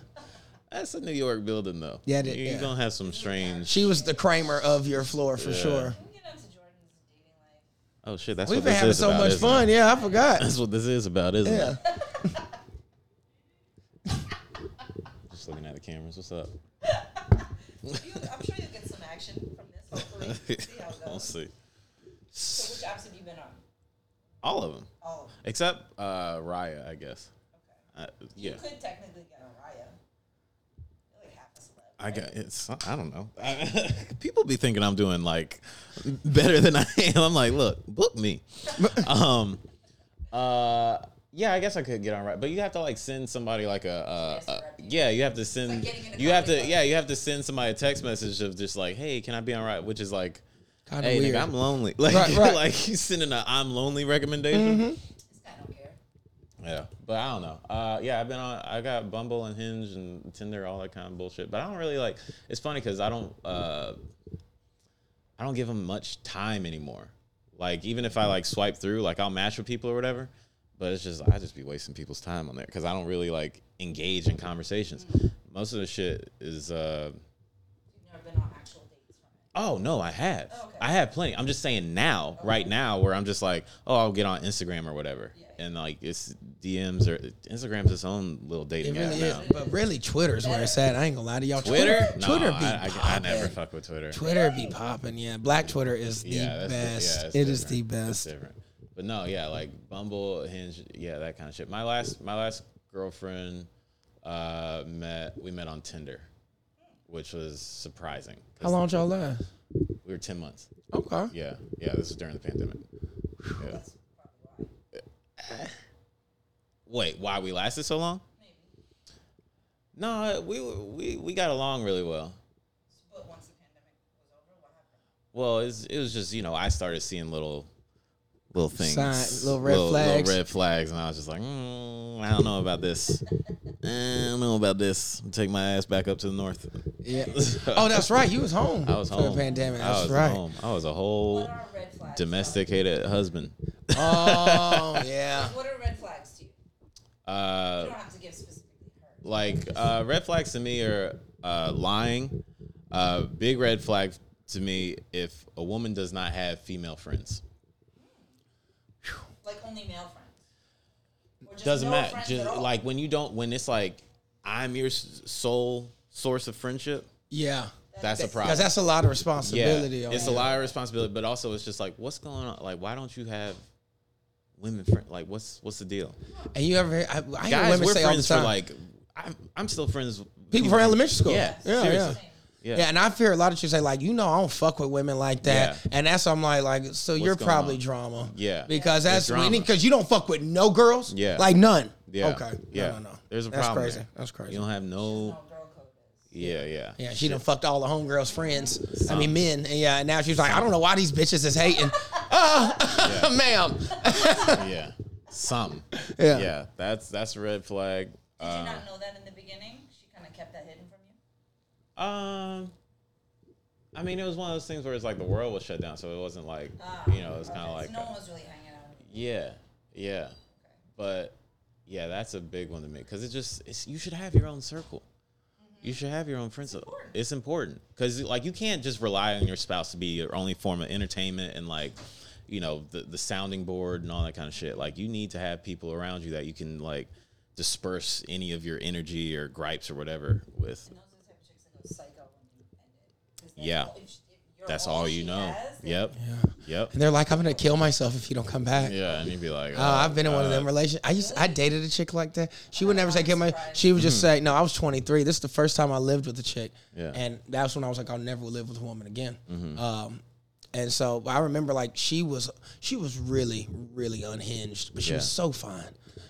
That's a New York building though. Yeah, it- you're yeah. gonna have some strange. She was the Kramer of your floor for sure. Can we get onto Jordan's dating life? Oh shit, that's We've what been this having is so about, much isn't fun. It? Yeah, I forgot. That's what this is about, isn't Yeah. it? Just looking at the cameras. What's up? You, I'm sure you'll get some action from this, hopefully. See how it we'll goes. see. So which apps have you been on? All of them All of them. except uh, Raya, I guess. Uh, You yeah, could technically get on Raya. You're like half a celeb. I got it's. I don't know. people be thinking I'm doing like better than I am. I'm like, look, book me. um, uh, yeah, I guess I could get on right, but you have to like send somebody like a, uh, uh yeah, you have to like send getting in a you have comedy to club. yeah you have to send somebody a text message of just like, hey, can I be on right? Which is like. Kinda Hey, weird. nigga, I'm lonely. Like, Right, right. Mm-hmm. like you sending a I'm lonely recommendation. This guy don't care. Yeah, but I don't know. Uh, yeah, I've been on. I got Bumble and Hinge and Tinder, all that kind of bullshit. But I don't really like. It's funny because I don't. Uh, I don't give them much time anymore. Like even if I like swipe through, like I'll match with people or whatever. But it's just I just be wasting people's time on there because I don't really like engage in conversations. Most of the shit is. Uh, You've never been on actual dates from it. Oh no, I have. okay. I have plenty. I'm just saying now, right now, where I'm just like, oh, I'll get on Instagram or whatever, and like it's DMs or Instagram's its own little It dating app really now. is. But really Twitter's where it's at. I ain't gonna lie to y'all. Twitter, no, Twitter be I, I, I popping. never fuck with Twitter. Twitter be popping, yeah. Black Twitter is the Yeah, that's di- yeah, best. it's it is the different. That's best. different. But no, yeah, like Bumble, Hinge, yeah, that kind of shit. My last, my last girlfriend uh, met. We met on Tinder, which was surprising. 'Cause How long y'all last? We were ten months. Okay. Yeah, yeah. This is during the pandemic. Yeah. Wait, why we lasted so long? No, we we we got along really well. But once the pandemic was over, what happened? Well, it's, it was just you know I started seeing little little things, Sign- little red flags. red flags, and I was just like, mm, I don't know about this. Eh, I don't know about this. Take my ass back up to the north. Yeah. Oh, that's right. You was home. I was for home. the pandemic. I That's was right. home. I was a whole What are red flags? domesticated husband. Oh yeah. What are red flags to you? Uh, You don't have to give specifically her. like uh, red flags to me are uh, lying. Uh, big red flag to me if a woman does not have female friends. Like only male friends. Or just Doesn't no matter. friends Just at all. like when you don't, when it's like I'm your s- sole source of friendship. Yeah. That's a problem. Because that's a lot of yeah, responsibility. on it's a you. lot of responsibility, but also it's just like, what's going on? Like, why don't you have women friends? Like, what's what's the deal? And you ever hear, I, I hear Guys, women we're say all the friends for time, like, I'm, I'm still friends. with people from elementary school. Yeah, Yeah. Yeah. seriously. yeah, Yeah, and I fear a lot of you say like, you know, I don't fuck with women like that, Yeah. and that's why I'm like, like, so you're going probably on? drama, Yeah. because that's It's drama. because you don't fuck with no girls, Yeah. like none, Yeah. okay, Yeah. no, no, no, There's a that's problem. crazy, there. that's crazy. You don't have no. No girl code is. Yeah, yeah. Yeah, she done fucked all the homegirls' friends. I mean, men. And yeah, and now she's like, I don't know why these bitches is hating. Oh, Yeah. ma'am. yeah. Some. Yeah. Yeah. That's that's a red flag. Did you Uh, not know that in the beginning? She kind of kept that hidden from you. um. I mean, it was one of those things where it's like the world was shut down, so it wasn't like Ah. you know, it's kind of like so no a- one was really hanging out. with you. yeah, yeah. But yeah, that's a big one to me because it just it's, you should have your own circle. Mm-hmm. You should have your own friends. It's important because like you can't just rely on your spouse to be your only form of entertainment and like you know the the sounding board and all that kind of shit. Like you need to have people around you that you can like disperse any of your energy or gripes or whatever with. Those are the type of chicks that go psycho when you end it. 'Cause they Yeah. know If, she, if your or That's all you she know. has, then Yep. Yep. And they're like, I'm gonna kill myself if you don't come back. Yeah, and you'd be like, "Oh, Uh, I've been in one of God. them relations. I used I dated a chick like that. She would never say kill my. She would just say, "No, I was 23. This is the first time I lived with a chick." Mm-hmm. Yeah. Mm-hmm. And that's when I was like, "I'll never live with a woman again." Um, and so I remember like she was she was really really unhinged, but she was Yeah. so fine.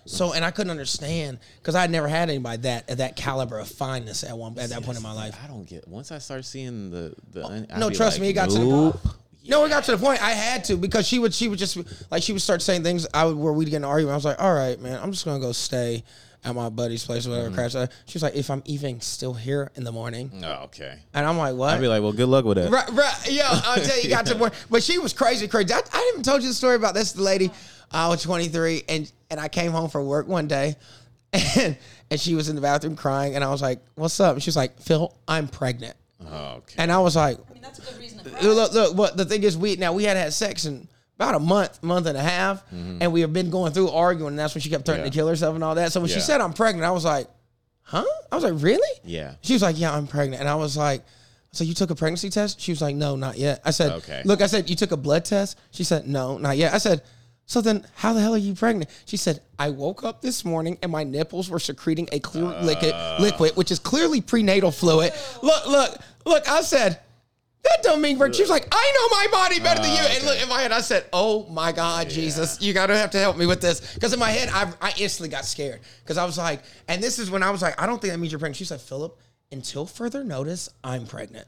So and I couldn't understand because I had never had anybody that at that caliber of fineness at one at that point in my life. I don't get. Once I start seeing the the, I'd no, be trust like, me, it got to the nope. No, it got to the point. I had to because she would she would just like she would start saying things I would where we'd get in an argument. I was like, all right, man, I'm just gonna go stay at my buddy's place or whatever. Mm-hmm. Crash. out." She was like, if I'm even still here in the morning, Oh, okay. and I'm like, what? I'd be like, well, good luck with that. Right, right. Yo, I'll tell you, it got to the point. But she was crazy, crazy. I, I even told you the story about this lady. I was 23, and and I came home from work one day, and and she was in the bathroom crying, and I was like, what's up? And she was like, Phil, I'm pregnant, Oh, okay. and I was like, I mean, that's a good reason to cry. look, look, what the thing is, we now we had had sex in about a month, month and a half, and we have been going through arguing, and that's when she kept threatening Mm-hmm. Yeah. to kill herself and all that. So when she Yeah. said I'm pregnant, I was like, huh? I was like, really? Yeah. She was like, yeah, I'm pregnant, and I was like. So you took a pregnancy test? She was like, "No, not yet." I said, Okay. "Look, I said you took a blood test." She said, "No, not yet." I said, "So then, how the hell are you pregnant?" She said, "I woke up this morning and my nipples were secreting a clear liquid, liquid, which is clearly prenatal fluid." Look, look, look! I said, that don't mean we're. She was like, I know my body better than you. And look in my head, I said, Oh my God, Jesus, you gotta have to help me with this. Because in my head, I, I instantly got scared because I was like, and this is when I was like, I don't think that means you're pregnant. She said, Philip, until further notice, I'm pregnant.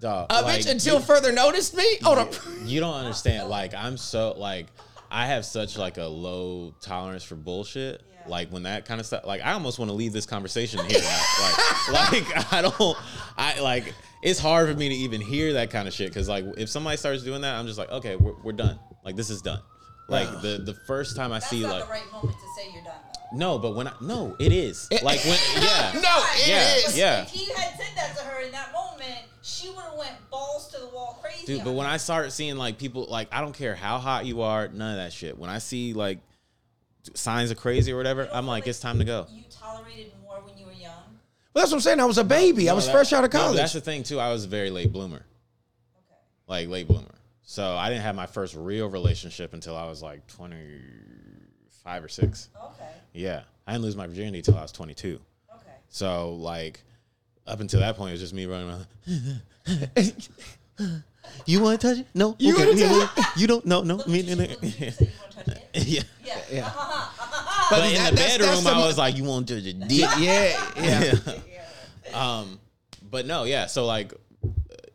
Dog, Uh, like, bitch, until further notice, me. Oh, Hold up. you don't understand. Like I'm so like I have such like a low tolerance for bullshit. Like when that kind of stuff. Like I almost want to leave this conversation here. now. like, like I don't. I like it's hard for me to even hear that kind of shit because like if somebody starts doing that, I'm just like, okay, we're, we're done. Like this is done. Like the the first time I That's see not like the right moment to say you're done. Though. no, but when I no, it is like when yeah. No, it Yeah. is. Yeah. If he had said that to her in that moment, she would have went balls to the wall crazy. Dude, but on when him. I start seeing like people, like I don't care how hot you are, none of that shit. When I see like signs of crazy or whatever, You don't I'm feel like, it's time to go. You tolerated more when you were young. Well, that's what I'm saying. I was a baby. I No, was that- fresh out of no, but college. that's the thing too. I was a very late bloomer, Okay. like late bloomer. So I didn't have my first real relationship until I was like 25 or six. Okay. Yeah, I didn't lose my virginity until I was 22. Okay. So like up until that point, it was just me running around. You want to touch it? No. You okay. wanna touch Yeah, yeah. You don't. No. No. Look Me. at you, neither. look at you, so you wanna touch it? yeah. Yeah. Yeah. But that- in the that's- that's bedroom, the- I was like, you won't do the dick. yeah, yeah. um, but no, yeah. So like, uh,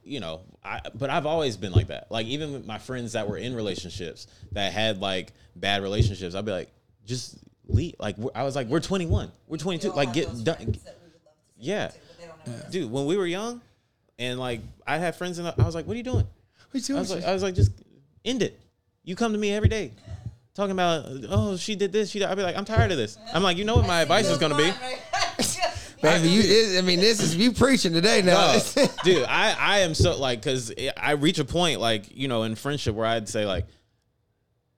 you know, I but I've always been like that. Like even with my friends that were in relationships that had like bad relationships, I'd be like, just leave. Like we're, I was like, we're 21, we're 22. Like get done. That we would love to say Yeah, too, but they don't ever do. dude. When we were young, and like I had friends, and I was like, what are you doing? What you doing? I was like, I was like, just end it. You come to me every day. Talking about, oh, she did this. She, did. I'd be like, I'm tired of this. I'm like, you know what my advice is gonna be? Baby, you. It, I mean, this is you preaching today now. Oh, dude, I, I am so like, cause it, I reach a point like, you know, in friendship where I'd say like,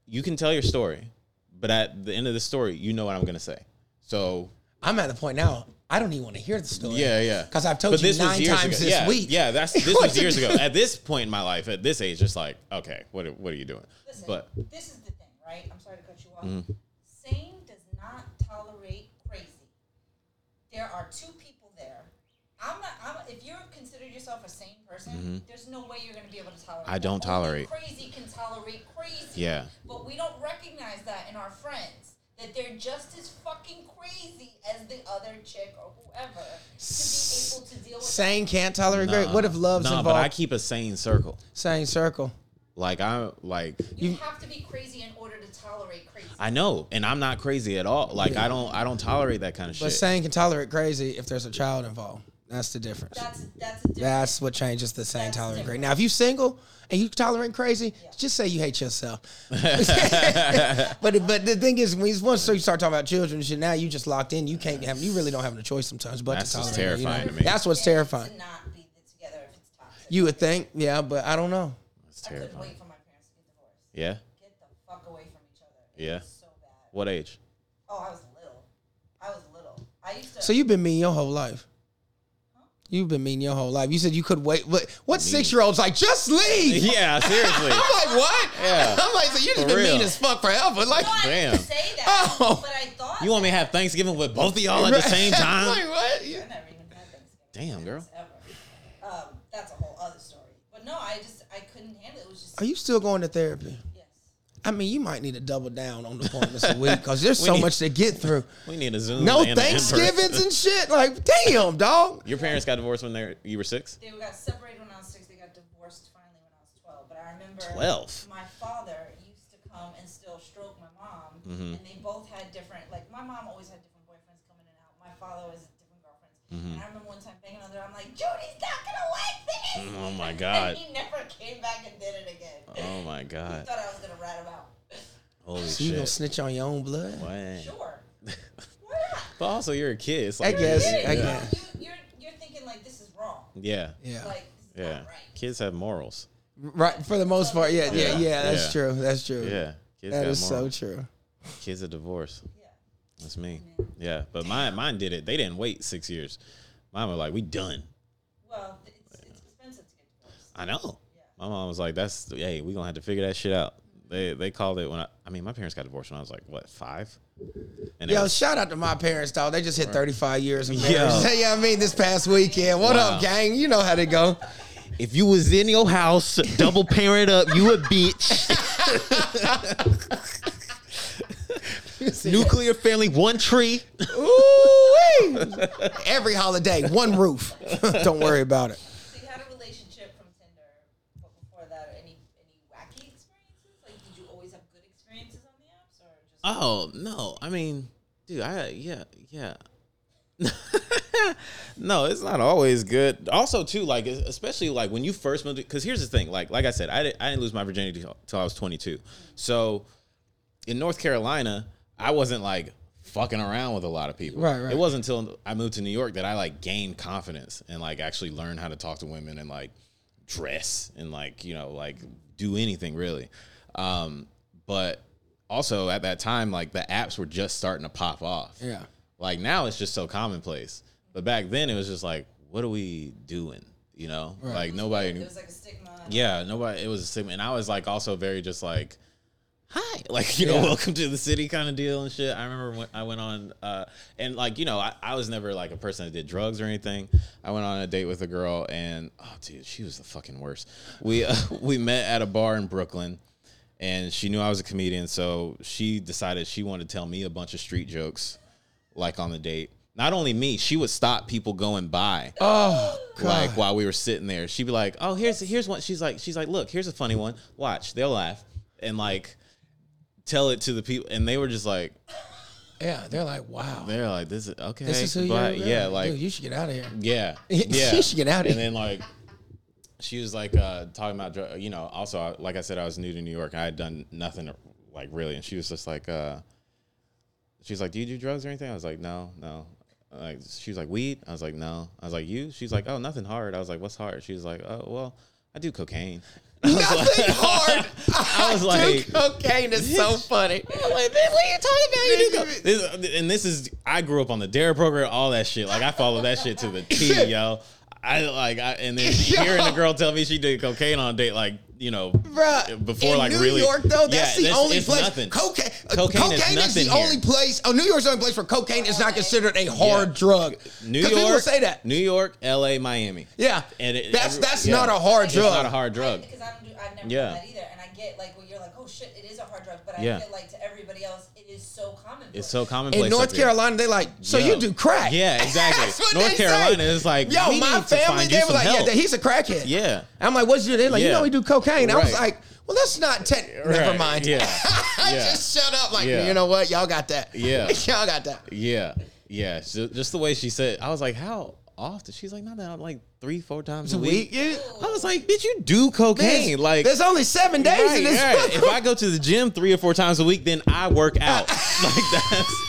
you can tell your story, but at the end of the story, you know what I'm gonna say. So I'm at the point now. I don't even want to hear the story. yeah, yeah, Because I've told But you this was nine years times ago. this yeah, week. Yeah, that's this What was you years ago. doing? At this point in my life, at this age, it's like, okay, what are- what are you doing? Listen, But Mm-hmm. this is the thing, right? I'm sorry to cut you off. Sane does not tolerate crazy. There are two people there. I'm not. I'm, if you consider yourself a sane person, there's no way you're going to be able to tolerate. Mm-hmm. I don't that. tolerate. Only crazy can tolerate crazy. Yeah. But we don't recognize that in our friends that they're just as fucking crazy as the other chick or whoever to be able to deal with. that. Saying can't tolerate great. What if love's no, but I involved? keep a sane circle. Same circle. Like I'm like You, have to be crazy in order to tolerate crazy. I know, and I'm not crazy at all. Like I don't I don't tolerate that kind of But shit. saying can tolerate crazy if there's a child involved. That's the difference. that's that's a different. That's what changes the saying That's tolerate great. different. Now, if you single and you tolerate crazy, just say you hate yourself. but but the thing is, when you, once you start talking about children and shit, now you just locked in. You can't have. You really don't have a choice sometimes. But That's to what's tolerate it, you know? terrifying to me. That's what's terrifying. To not be together if it's toxic. You would think, yeah, but I don't know. It's I couldn't terrifying. wait for my parents to get divorced. Yeah. Get the fuck away from each other. It Yeah. was So bad. What age? Oh, I was little. I was little. I used to. So you've been mean your whole life. You've been mean your whole life. You said you could wait. What, what six year old's like, just leave? Yeah, I'm seriously. like, what? Yeah. I'm like, so you just For been real. mean as fuck forever. Like, No, I Damn. didn't say that. Oh. But I thought You want me to have Thanksgiving with both of y'all at the same time? like, what? You- I never even had Thanksgiving Damn, girl. ever. Um, that's a whole other story. But no, I just I couldn't handle it. It was just Are you still going to therapy? yes. I mean, you might need to double down on the appointments a week because there's so need- much to get through. We need a Zoom. No and an in-person. Thanksgivings and shit. Like, damn, dog. Your parents got divorced when they were, you were six. They got separated when I was six. They got divorced finally when I was twelve. But I remember 12? My father used to come and still stroke my mom, Mm-hmm. and they both had different. Like my mom always had different boyfriends coming in and out. My father was different girlfriends. And Mm-hmm. I remember one time banging on the door. I'm like, Judy's not gonna like this. Oh my God. And he never came back and did it again. Oh my He god. thought I was gonna rat him out. Holy You gonna shit. snitch on your own blood? Wow. Sure. Why not? But also, you're a kid. It's I like, guess. Yeah, I you- guess. You, you're, you're thinking like this is wrong. Yeah. Yeah. Like this is Yeah. not right. Kids have morals. Right. For the most part. Yeah. Yeah. Yeah. Yeah. That's Yeah. true. That's true. Yeah. Kids That got is so morals. true. Kids are divorced. Yeah. That's me. Yeah. But mine, mine did it. They didn't wait six years. Mine were like, we done. Well, th- it's, it's expensive to get divorced. I know. My mom was like, "That's hey, we gonna have to figure that shit out." They they called it when I I mean my parents got divorced when I was like what five, and it Yo, was, shout out to my parents, dog. They just hit 35 years of marriage. Yo. Hey, yeah, I mean, this past weekend. What Wow. up, gang? You know how they go. if you was in your house double parent up, you a bitch. Nuclear family, one tree. Ooh, Every holiday, one roof. Don't worry about it. So you had a relationship from Tinder, but before that, any any wacky experiences? Like, did you always have good experiences on the apps, or just Oh no, I mean, dude, I yeah yeah. no, it's not always good. Also, too, like es- especially like when you first moved, because here's the thing, like like I said, I didn't, I didn't lose my virginity till- till I was 22. So in North Carolina, I wasn't like fucking around with a lot of people. Right, right. It wasn't until I moved to New York that I like gained confidence and like actually learned how to talk to women and like dress and like you know like do anything really. Um, but also at that time, like the apps were just starting to pop off. Yeah. Like now it's just so commonplace. But back then it was just like, what are we doing? You know, like nobody. it was like a stigma? Yeah, nobody. It was a stigma, and I was like also very just like, hi, like you know, welcome to the city kind of deal and shit. I remember when I went on, uh, and like you know, I, I was never like a person that did drugs or anything. I went on a date with a girl, and oh dude, she was the fucking worst. We uh, we met at a bar in Brooklyn. And she knew I was a comedian, so she decided she wanted to tell me a bunch of street jokes, like on the date. Not only me, she would stop people going by Oh, like while we were sitting there. She'd be like, "Oh, here's here's one." She's like, "She's like, look, here's a funny one. Watch, they'll laugh." And like, tell it to the people, and they were just like, yeah. They're like, wow. "They're like, this is okay, This is who you bye." are. yeah, like, Dude, you should get out of here. yeah, You yeah." should get out of And here. then like, she was like uh, talking about, dr- you know, also I- like I said, I was new to New York, and I had done nothing like really, and she was just like, uh, she's like, "Do you do drugs or anything?" I was like, "No, no." Like she was like, "Weed?" I was like, "No." I was like, "You?" She's like, "Oh, nothing hard." I was like, "What's hard?" She was like, "Oh, well, I do cocaine." Nothing hard. I, was do like- cocaine is so funny. I'm like, man, what are you talking about? You do This, and this is I grew up on the Dare program, all that shit. Like I follow that shit to the T, yo. I like I and then hearing the girl tell me she did cocaine on a date, like you know, Bruh, before in like New really York though, that's Yeah, the it's- only it's place. nothing. Cocaine, uh, Cocaine cocaine, is is, nothing the here. only place. Oh, New York's the only place where cocaine is not considered a hard Yeah. drug. New 'Cause people York, say that. New York, L.A., Miami. Yeah, And it- that's every- that's yeah. not a hard It's drug. not a hard drug. Because I don't do, I've never Yeah. done that either, and I get like when you're like, oh shit, it is a hard drug, but I Yeah. feel like to everybody else, it is so common. It's so commonplace In up North here. Carolina, they like, so Yo. you do crack? Yeah, exactly. That's what North they Carolina say. is like, yo, we my need to family. find you They some were like, help. yeah, he's a crackhead. Yeah. I'm like, what'd you do? They're Like, you Yeah. know, we do cocaine. I was Right. like, well, that's not. Te- Never Right. mind. Yeah. I Yeah. just shut up. Like, Yeah. you know what? Y'all got that. Yeah. y'all got that. Yeah, yeah. So just the way she said, I was like, how often? She's like, not that like three, four times a week. Yeah. I was like, bitch, you do cocaine. There's, like, there's only seven days Right, in this. right. if I go to the gym three or four times a week, then I work out. like that's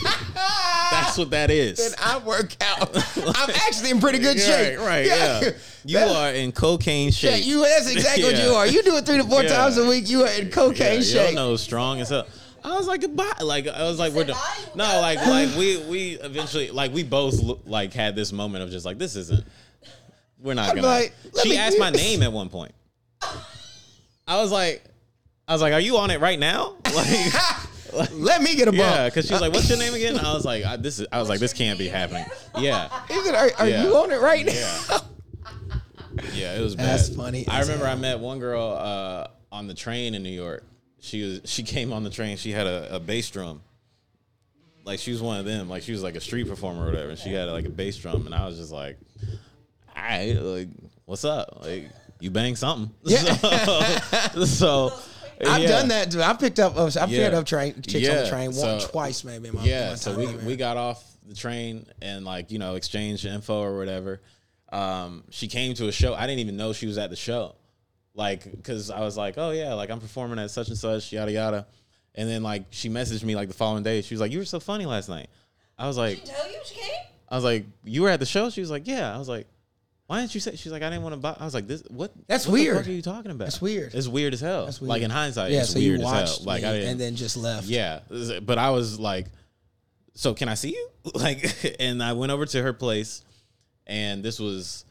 that's what that then is. I work out. I'm actually in pretty good right, shape. right, yeah. You That- are in cocaine Yeah, shape. you. That's exactly what you Yeah. are. You do it three to four Yeah. times a week. You are in cocaine yeah, shape. you know, strong as hell. I was like goodbye. Like I was like we're done. bye? No, like like we we eventually like we both like had this moment of just like this isn't we're not I'd be gonna. like, let she me asked do my this. name at one point. I was like, I was like, are you on it right now? Like, Let me get a bump. Uh, yeah, because she was like, what's your name again? I was like, I, this is. I was like, this can't be happening. Yeah, Is it- are are Yeah. you on it right now? yeah, it was bad. That's funny I as remember I met one girl uh, on the train in New York. She was she came on the train. She had a, a bass drum. Like she was one of them. Like she was like a street performer or whatever. And she had like a bass drum, and I was just like, "All right, like what's up? Like you bang something." So, so, I've yeah. done that. Dude. I picked up. oh, I've Yeah. paired up train chicks on Yeah, the train one, so- twice maybe. In my, in yeah my so time we, there, man. we got off the train and like you know exchanged info or whatever um she came to a show i didn't even know she was at the show like because i was like oh yeah like i'm performing at such and such yada yada and then like she messaged me like the following day she was like you were so funny last night i was like Tell you she came? i was like you were at the show she was like yeah i was like why didn't you say she's like i didn't want to buy i was like this what That's what the weird. fuck are you talking about That's weird. it's weird as hell That's like weird. in hindsight yeah, it's so weird you as watched hell like me i didn't and then just left. yeah, but I was like, "So can I see you?" Like, and I went over to her place, and this was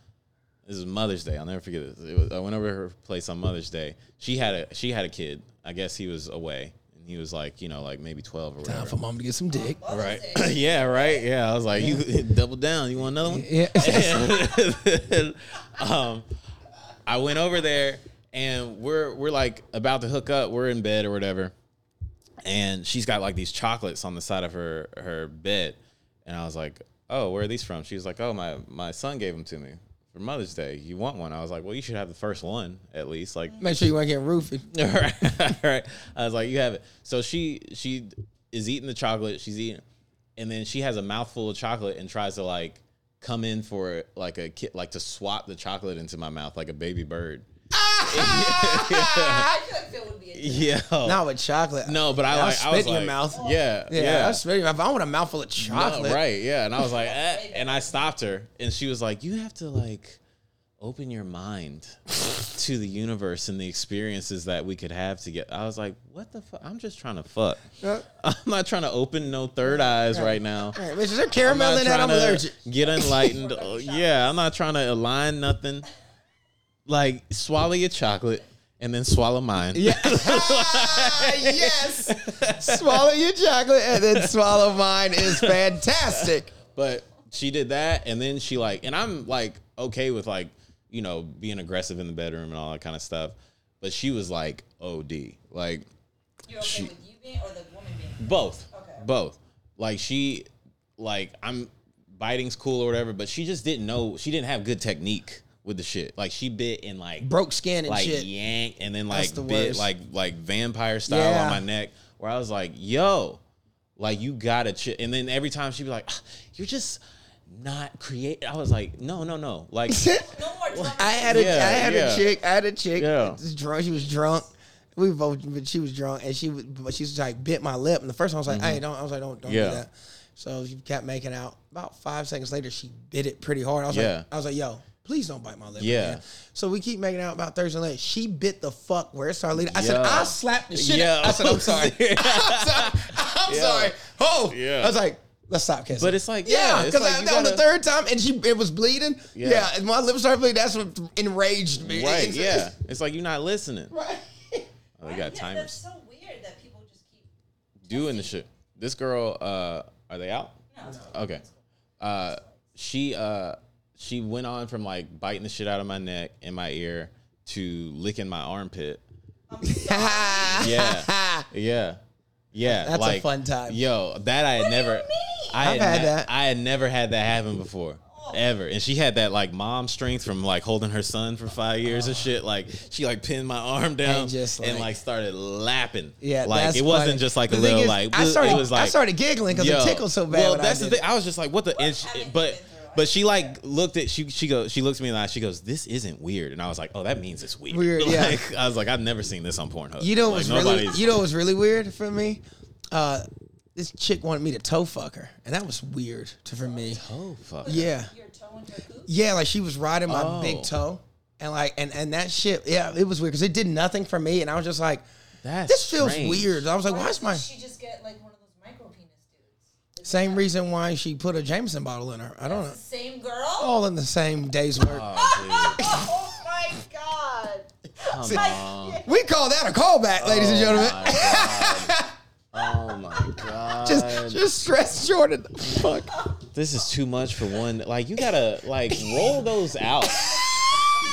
this is Mother's Day. I'll never forget this. It was, I went over to her place on Mother's Day. She had a she had a kid. I guess he was away, and he was like, you know, like maybe twelve or Time for whatever. mom to get some dick. Right? yeah, right. Yeah, I was like, you double down. You want another one? Yeah. um, I went over there and we're we're like about to hook up. We're in bed or whatever, and she's got like these chocolates on the side of her her bed, and I was like, "Oh, where are these from?" She was like, "Oh, my my son gave them to me for Mother's Day. You want one?" I was like, "Well, you should have the first one at least." Like, Make sure you weren't getting roofied. all right, all right. I was like, you have it. So she she is eating the chocolate. She's eating, and then she has a mouthful of chocolate and tries to like come in for like a kid, like to swap the chocolate into my mouth like a baby bird. I feel like Phil would be a Yeah. Not with chocolate. no, but I I'll like I spit was in your like- mouth. Yeah. Yeah, Yeah. I spit in your mouth. If I want a mouthful of No, chocolate. right. Yeah. And I was like, eh, and I stopped her, and she was like, you have to like open your mind to the universe and the experiences that we could have together. I was like, what the fuck? I'm just trying to fuck. Yeah. I'm not trying to open no third eyes right now. All right, bitch, is there I'm caramel not in that? I'm tryna allergic. Get enlightened. Uh, yeah, I'm not trying to align nothing. Like swallow your chocolate and then swallow mine. Yeah. yes. swallow your chocolate and then swallow mine is fantastic. But she did that, and then she like, and I'm like okay with like, you know, being aggressive in the bedroom and all that kind of stuff. But she was like OD, like You're okay She- with you being or the woman being? both, Okay. both. Like she, like I'm biting's cool or whatever, but she just didn't know. She didn't have good technique with the shit. Like she bit and like Broke skin and like shit. yank and then like That's the bit worst. like like vampire style on Yeah. my neck where I was like, yo, like you gotta chill. And then every time she'd be like, "Ah, you're just not creative. I was like, no, no, no. Like No more drama. I had a I Yeah, had yeah. a chick. I had a chick. Yeah. that was Drunk. She was drunk. We both, but she was drunk, and she was, but she was like bit my lip. And the first time I was like, "Hey, don't!" I was like, "Don't, don't Mm-hmm. Yeah. do that." So she kept making out. About five seconds later, she bit it pretty hard. I was Yeah. like, "I was like, yo, please don't bite my lip." Yeah. man. So we keep making out about Thursday night. She bit the fuck where it's our leader. I said, Yeah. "I slapped the shit." Yeah. out." I said, "I'm sorry. I'm sorry. I'm Yeah. sorry." Oh, Yeah. I was like, "Let's stop kissing." But it's like, yeah, Yeah, it's because like you on the gotta- third time, and she it was bleeding. Yeah. Yeah, and my lips started bleeding. That's what enraged me. Right, It's- yeah. It's like you're not listening. Right. Oh, they got Yeah, that's timers. so weird that people just keep. Doing the shit. This girl, uh, are they out? No, it's Okay. Uh, she uh, she went on from like biting the shit out of my neck and my ear to licking my armpit. yeah, yeah, yeah. That's a like, fun time. Yo, that I had never. I I've had had ne- that. I had never had that happen before. Ever and she had that like mom strength from like holding her son for five years and shit. Like she like pinned my arm down and, just, like- like started lapping. Yeah, like that's it wasn't funny. just like a The thing little is, like I "Bleh," started It was like I started giggling because Yo. it tickled so bad. Well, when I that's the did thing. I was just like, what the? And she, but but she like looked at she she goes she looks me in the eye. She goes, this isn't weird. And I was like, oh, that means it's weird. Weird, yeah. Like, I was like, I've never seen this on Pornhub. it. You know like, what was really nobody's- you know what was really weird for me. Uh, this chick wanted me to toe fuck her, and that was weird to, for me. oh fuck. Yeah, Your toe into a coop. yeah, like she was riding my Oh. big toe, and like and and that shit. Yeah, it was weird because it did nothing for me, and I was just like, That's this feels strange. weird. I was like, why Why is my doesn't she just get like one of those micro penis dudes? Same reason why she put a Jameson bottle in her. I don't know. Same girl? All in the same day's work. Oh my god. I, We call that a callback, ladies and gentlemen. Oh my god. just, just stress Jordan. the Fuck. this is too much for one. Like you gotta like roll those out.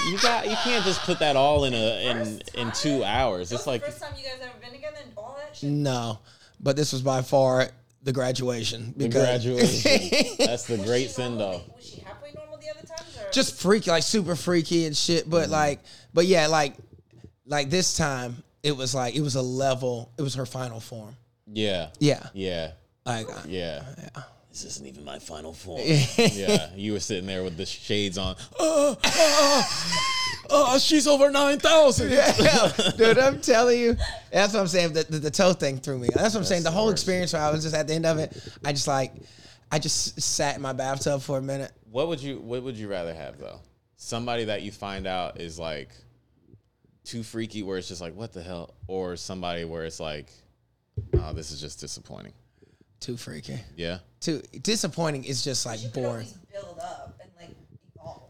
You got you can't just put that all in a in in two hours. It's That was like the first time you guys ever been together and all that shit. No, but this was by far the graduation. the Because graduation. That's the Was great she send normal- off. Was she halfway normal the other times? Or? just freaky, like super freaky and shit. But Mm-hmm. like, but yeah, like, like this time it was like it was a level. It was her final form. Yeah. Yeah, Yeah. like Yeah. This isn't even my final form. yeah. You were sitting there with the shades on. Oh, she's over 9,000. Yeah, dude, I'm telling you, that's what I'm saying. The, the, the toe thing threw me. That's what I'm saying. The the whole worst. experience, where I was just at the end of it, I just like, I just sat in my bathtub for a minute. What would you what would you rather have though? Somebody that you find out is like too freaky where it's just like what the hell or somebody where it's like oh this is just disappointing. Too freaky. Yeah. Too disappointing is just like could boring. always build up and like evolve.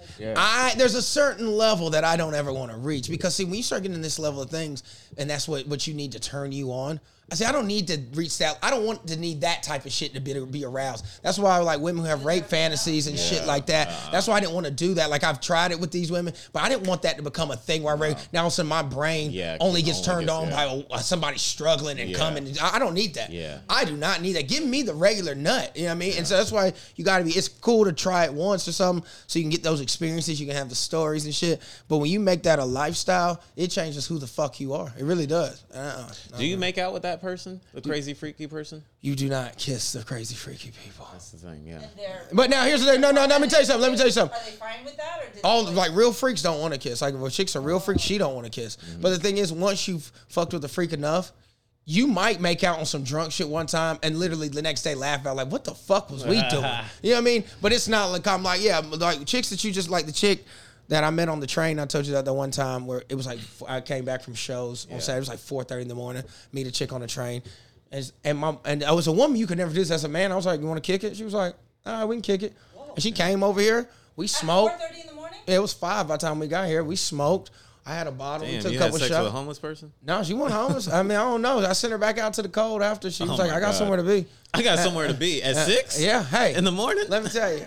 Like, I there's a certain level that I don't ever want to reach because see when you start getting this level of things and that's what what you need to turn you on. I say I don't need to reach that. I don't want to need that type of shit to be, to be aroused. That's why I like women who have rape fantasies and shit like that. That's why I didn't want to do that. Like I've tried it with these women, but I didn't want that to become a thing where I rape. Now all of a sudden my brain Yeah, only gets turned only gets- on yeah. by a, somebody struggling and Yeah. coming. I I don't need that. Yeah. I do not need that. Give me the regular nut. You know what I mean? And so that's why you got to be. It's cool to try it once or something, so you can get those experiences. You can have the stories and shit. But when you make that a lifestyle, it changes who the fuck you are. It really does. Uh-uh. No. Do you make out with that person? The crazy freaky person? You do not kiss the crazy freaky people. That's the thing, yeah. they're, But now here's the thing. No, no. Let me tell you something. Let me tell you something. Are they fine with that, or did All they, like real freaks don't want to kiss. Like if a chick's a real freak, she don't want to kiss. But the thing is, once you've fucked with a freak enough, you might make out on some drunk shit one time and literally the next day laugh about like, what the fuck was we doing? You know what I mean? But it's not like I'm like, yeah, like chicks that you just like the chick that I met on the train. I told you that the one time where it was like I came back from shows on Saturday. It was like four thirty in the morning. Meet a chick on the train, and and my and I was a woman. You could never do this as a man. I was like, you want to kick it? She was like, all right, we can kick it. And she came over here. We Four smoked. thirty in the morning. It was five by the time we got here. We smoked. I had a bottle. we Damn, took a you had couple sex with a shots. homeless person? No, she wasn't homeless. I mean, I don't know. I sent her back out to the cold after. She was Oh like, my I got God. somewhere to be. I got somewhere to be at 6? Uh, Yeah, hey. In the morning? Let me tell you.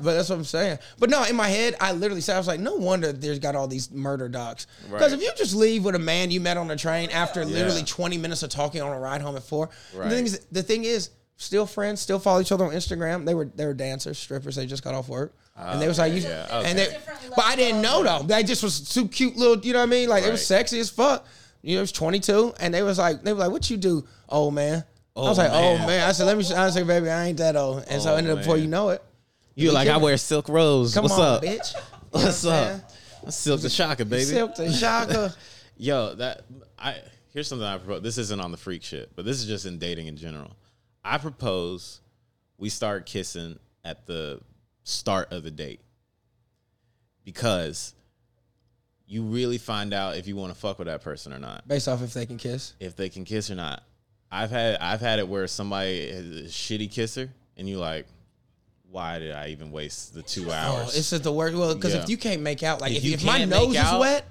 But that's what I'm saying. But no, in my head, I literally said, I was like, no wonder there's got all these murder docs. Because Right. if you just leave with a man you met on the train after literally 20 minutes of talking on a ride home at four, the, thing Right. is, the thing is, still friends, still follow each other on Instagram. They were they were dancers, strippers. They just got off work. and they was like, you, Oh, yeah, okay. and they, Different but I didn't know level. though. They just was too cute little, you know what I mean? Like it was Right. sexy as fuck. You know, it was 22, and they was like, they were like, what you do, old man? I was Oh, like, oh man. man. I said, let me. I said, baby, I ain't that old. And so I Oh, ended up before man. you know it. You like I wear silk rose. Come What's on, up? bitch. What's You know what I'm up? I'm silk the shocker, baby. Silk the shocker. Yo, that I here's something I propose. This isn't on the freak shit, but this is just in dating in general. I propose we start kissing at the start of the date because you really find out if you want to fuck with that person or not, Based off if they can kiss. if they can kiss or not. I've had I've had it where somebody is a shitty kisser, and you like, why did I even waste the two Oh, hours? it's just the worst. Well, because Yeah. if you can't make out, like if, If you if my can't nose make is out- wet,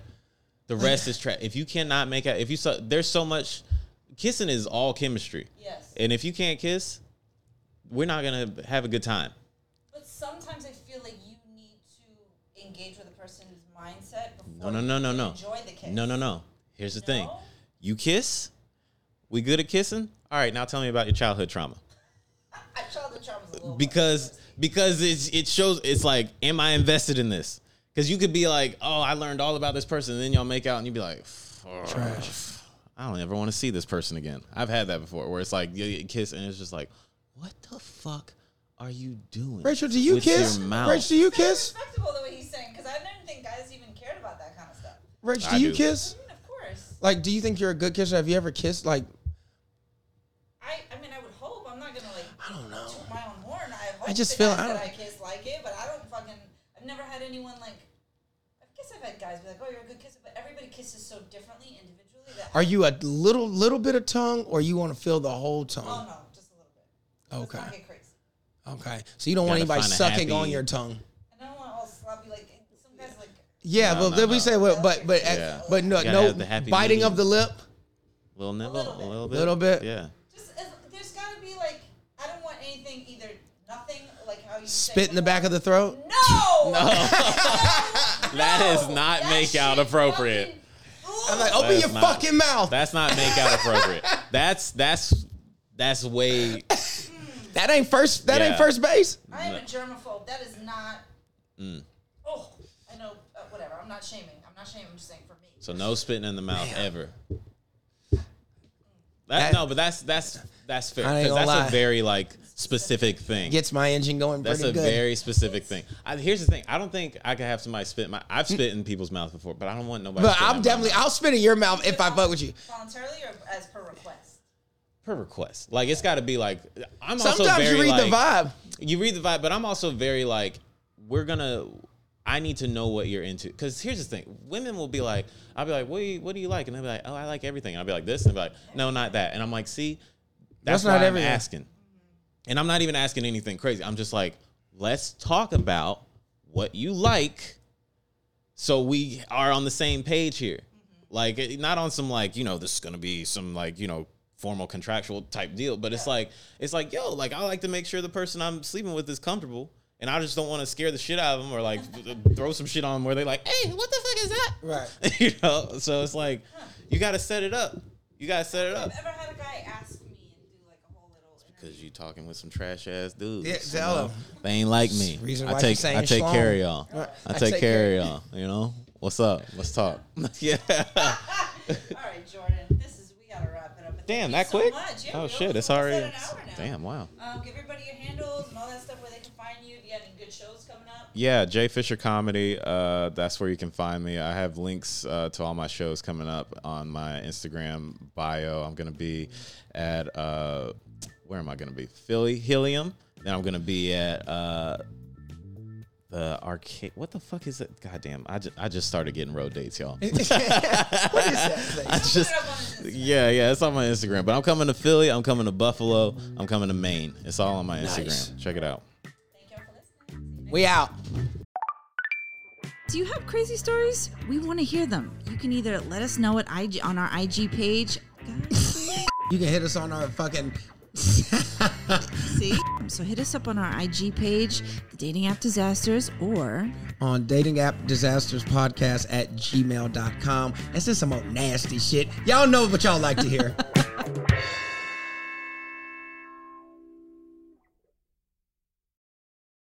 The rest is trash. If you cannot make out, if you so, there's so much kissing is all chemistry. Yes. And if you can't kiss, we're not gonna have a good time. But sometimes I feel like you need to engage with a person's mindset. No, Before no, no, you no, can no. Enjoy the kiss. No, no, no. Here's the thing. No? You kiss. We good at kissing. All right, now tell me about your childhood trauma. I saw the charm was a little. Because because it's it shows it's like, am I invested in this? Because you could be like, oh, I learned all about this person, and then y'all make out, and you'd be like, "Ugh, I don't ever want to see this person again. I've had that before, where it's like you get kiss, and it's just like, what the fuck are you doing? Rachel, do you with kiss? Your mouth? Rachel, do you It's kinda kiss? Respectable the way he's saying because I didn't think guys even cared about that kind of stuff. Rachel, do I you do. kiss? I mean, of course. Like, do you think you're a good kisser? Have you ever kissed? Like, I, I mean, I would hope. I'm not gonna like. I don't know. Toot my own horn. I hope. just the feel- guys I that I don't- kiss like it, but I don't fucking. I've never had anyone like. I guess I've had guys be like, "Oh, you're a good kisser," but everybody kisses so differently individually that. are you a little little bit of tongue, or you want to feel the whole oh tongue? no, just a little bit. Let's Okay. not get crazy. Okay. So you don't want Gotta anybody find a sucking happy- on your tongue. And I don't want all sloppy like some guys like Yeah, No, but no, then we no. say, well, but but Yeah. but no, gotta no have the happy biting of medium. the lip. Little nibble, a little bit, Little bit. Yeah. just as, there's gotta be like I don't want anything either nothing like how you say- Spit in the back of the throat. No. No. That is not That make out shit appropriate. fucking- I'm like, Ugh. open That's your not- fucking mouth. That's not make out appropriate. That's that's that's way That ain't first. That ain't Yeah. Mm. first base. I am a germaphobe. That is not. Oh, I know. Uh, whatever. I'm not shaming. I'm not shaming. I'm just saying for me. so no spitting in the mouth ever. That, That- no, but that's that's that's fair I ain't because gonna that's lie. a very like specific thing. Gets my engine going that's pretty a good. very specific thing. I, here's the thing: I don't think I could have somebody spit in my. I've spit in people's mouths before, but I don't want nobody. but spitting in I'm my definitely. mouth. I'll spit in your mouth if I fuck with you. Voluntarily or as per request? per request. Like it's got to be like I'm also Sometimes very you read like, the vibe. you read the vibe, but I'm also very like, we're gonna. I need to know what you're into. Cause here's the thing: women will be like, I'll be like, what do you, what do you like? And they'll be like, oh, I like everything. And I'll be like, this, and they'll be like, no, not that. And I'm like, see, that's, That's not not why everything. I'm asking. And I'm not even asking anything crazy. I'm just like, let's talk about what you like, so we are on the same page here. Like, it- not on some like, you know, this is gonna be some like, you know, formal contractual type deal. But it's like, it's like, yo, like I like to make sure the person I'm sleeping with is comfortable. And I just don't want to scare the shit out of them or like th- throw some shit on them where they like, hey, what the fuck is that? Right. you know? So it's like, you got to set it up. You got to set it up. I've ever had a guy ask me and do like a whole little. and then Cause you talking with some trash ass dudes. Yeah, you tell know? 'em. They ain't like me. reason why I you take saying I take schlong. care of y'all. I I take take care of y'all. You know what's up? Let's talk. yeah. All right, Jordan. This is we gotta wrap it up. But thank Damn, you that so quick? much. Yeah, oh we shit! almost- It's we're already. at an hour now. Damn! Wow. Um, give everybody your handles and all that stuff where they can find you. Do you have any good shows coming up? Yeah, Jay Fisher Comedy. Uh, that's where you can find me. I have links uh, to all my shows coming up on my Instagram bio. I'm gonna be at uh, where am I gonna be? Philly Helium. Then I'm gonna be at uh, the arcade. What the fuck is it? Goddamn! I just I just started getting road dates, y'all. What is that? thing? I just Put it up on his Instagram. yeah, yeah. It's on my Instagram. But I'm coming to Philly. I'm coming to Buffalo. I'm coming to Maine. It's all on my Instagram. Check it out. Thank y'all for listening. See you next We out. Do you have crazy stories? We want to hear them. You can either let us know at IG on our IG page. You can hit us on our fucking. See? So hit us up on our IG page, the Dating App Disasters, or on dating app disasters podcast at gmail.com. That's just some old nasty shit. Y'all know what y'all like to hear.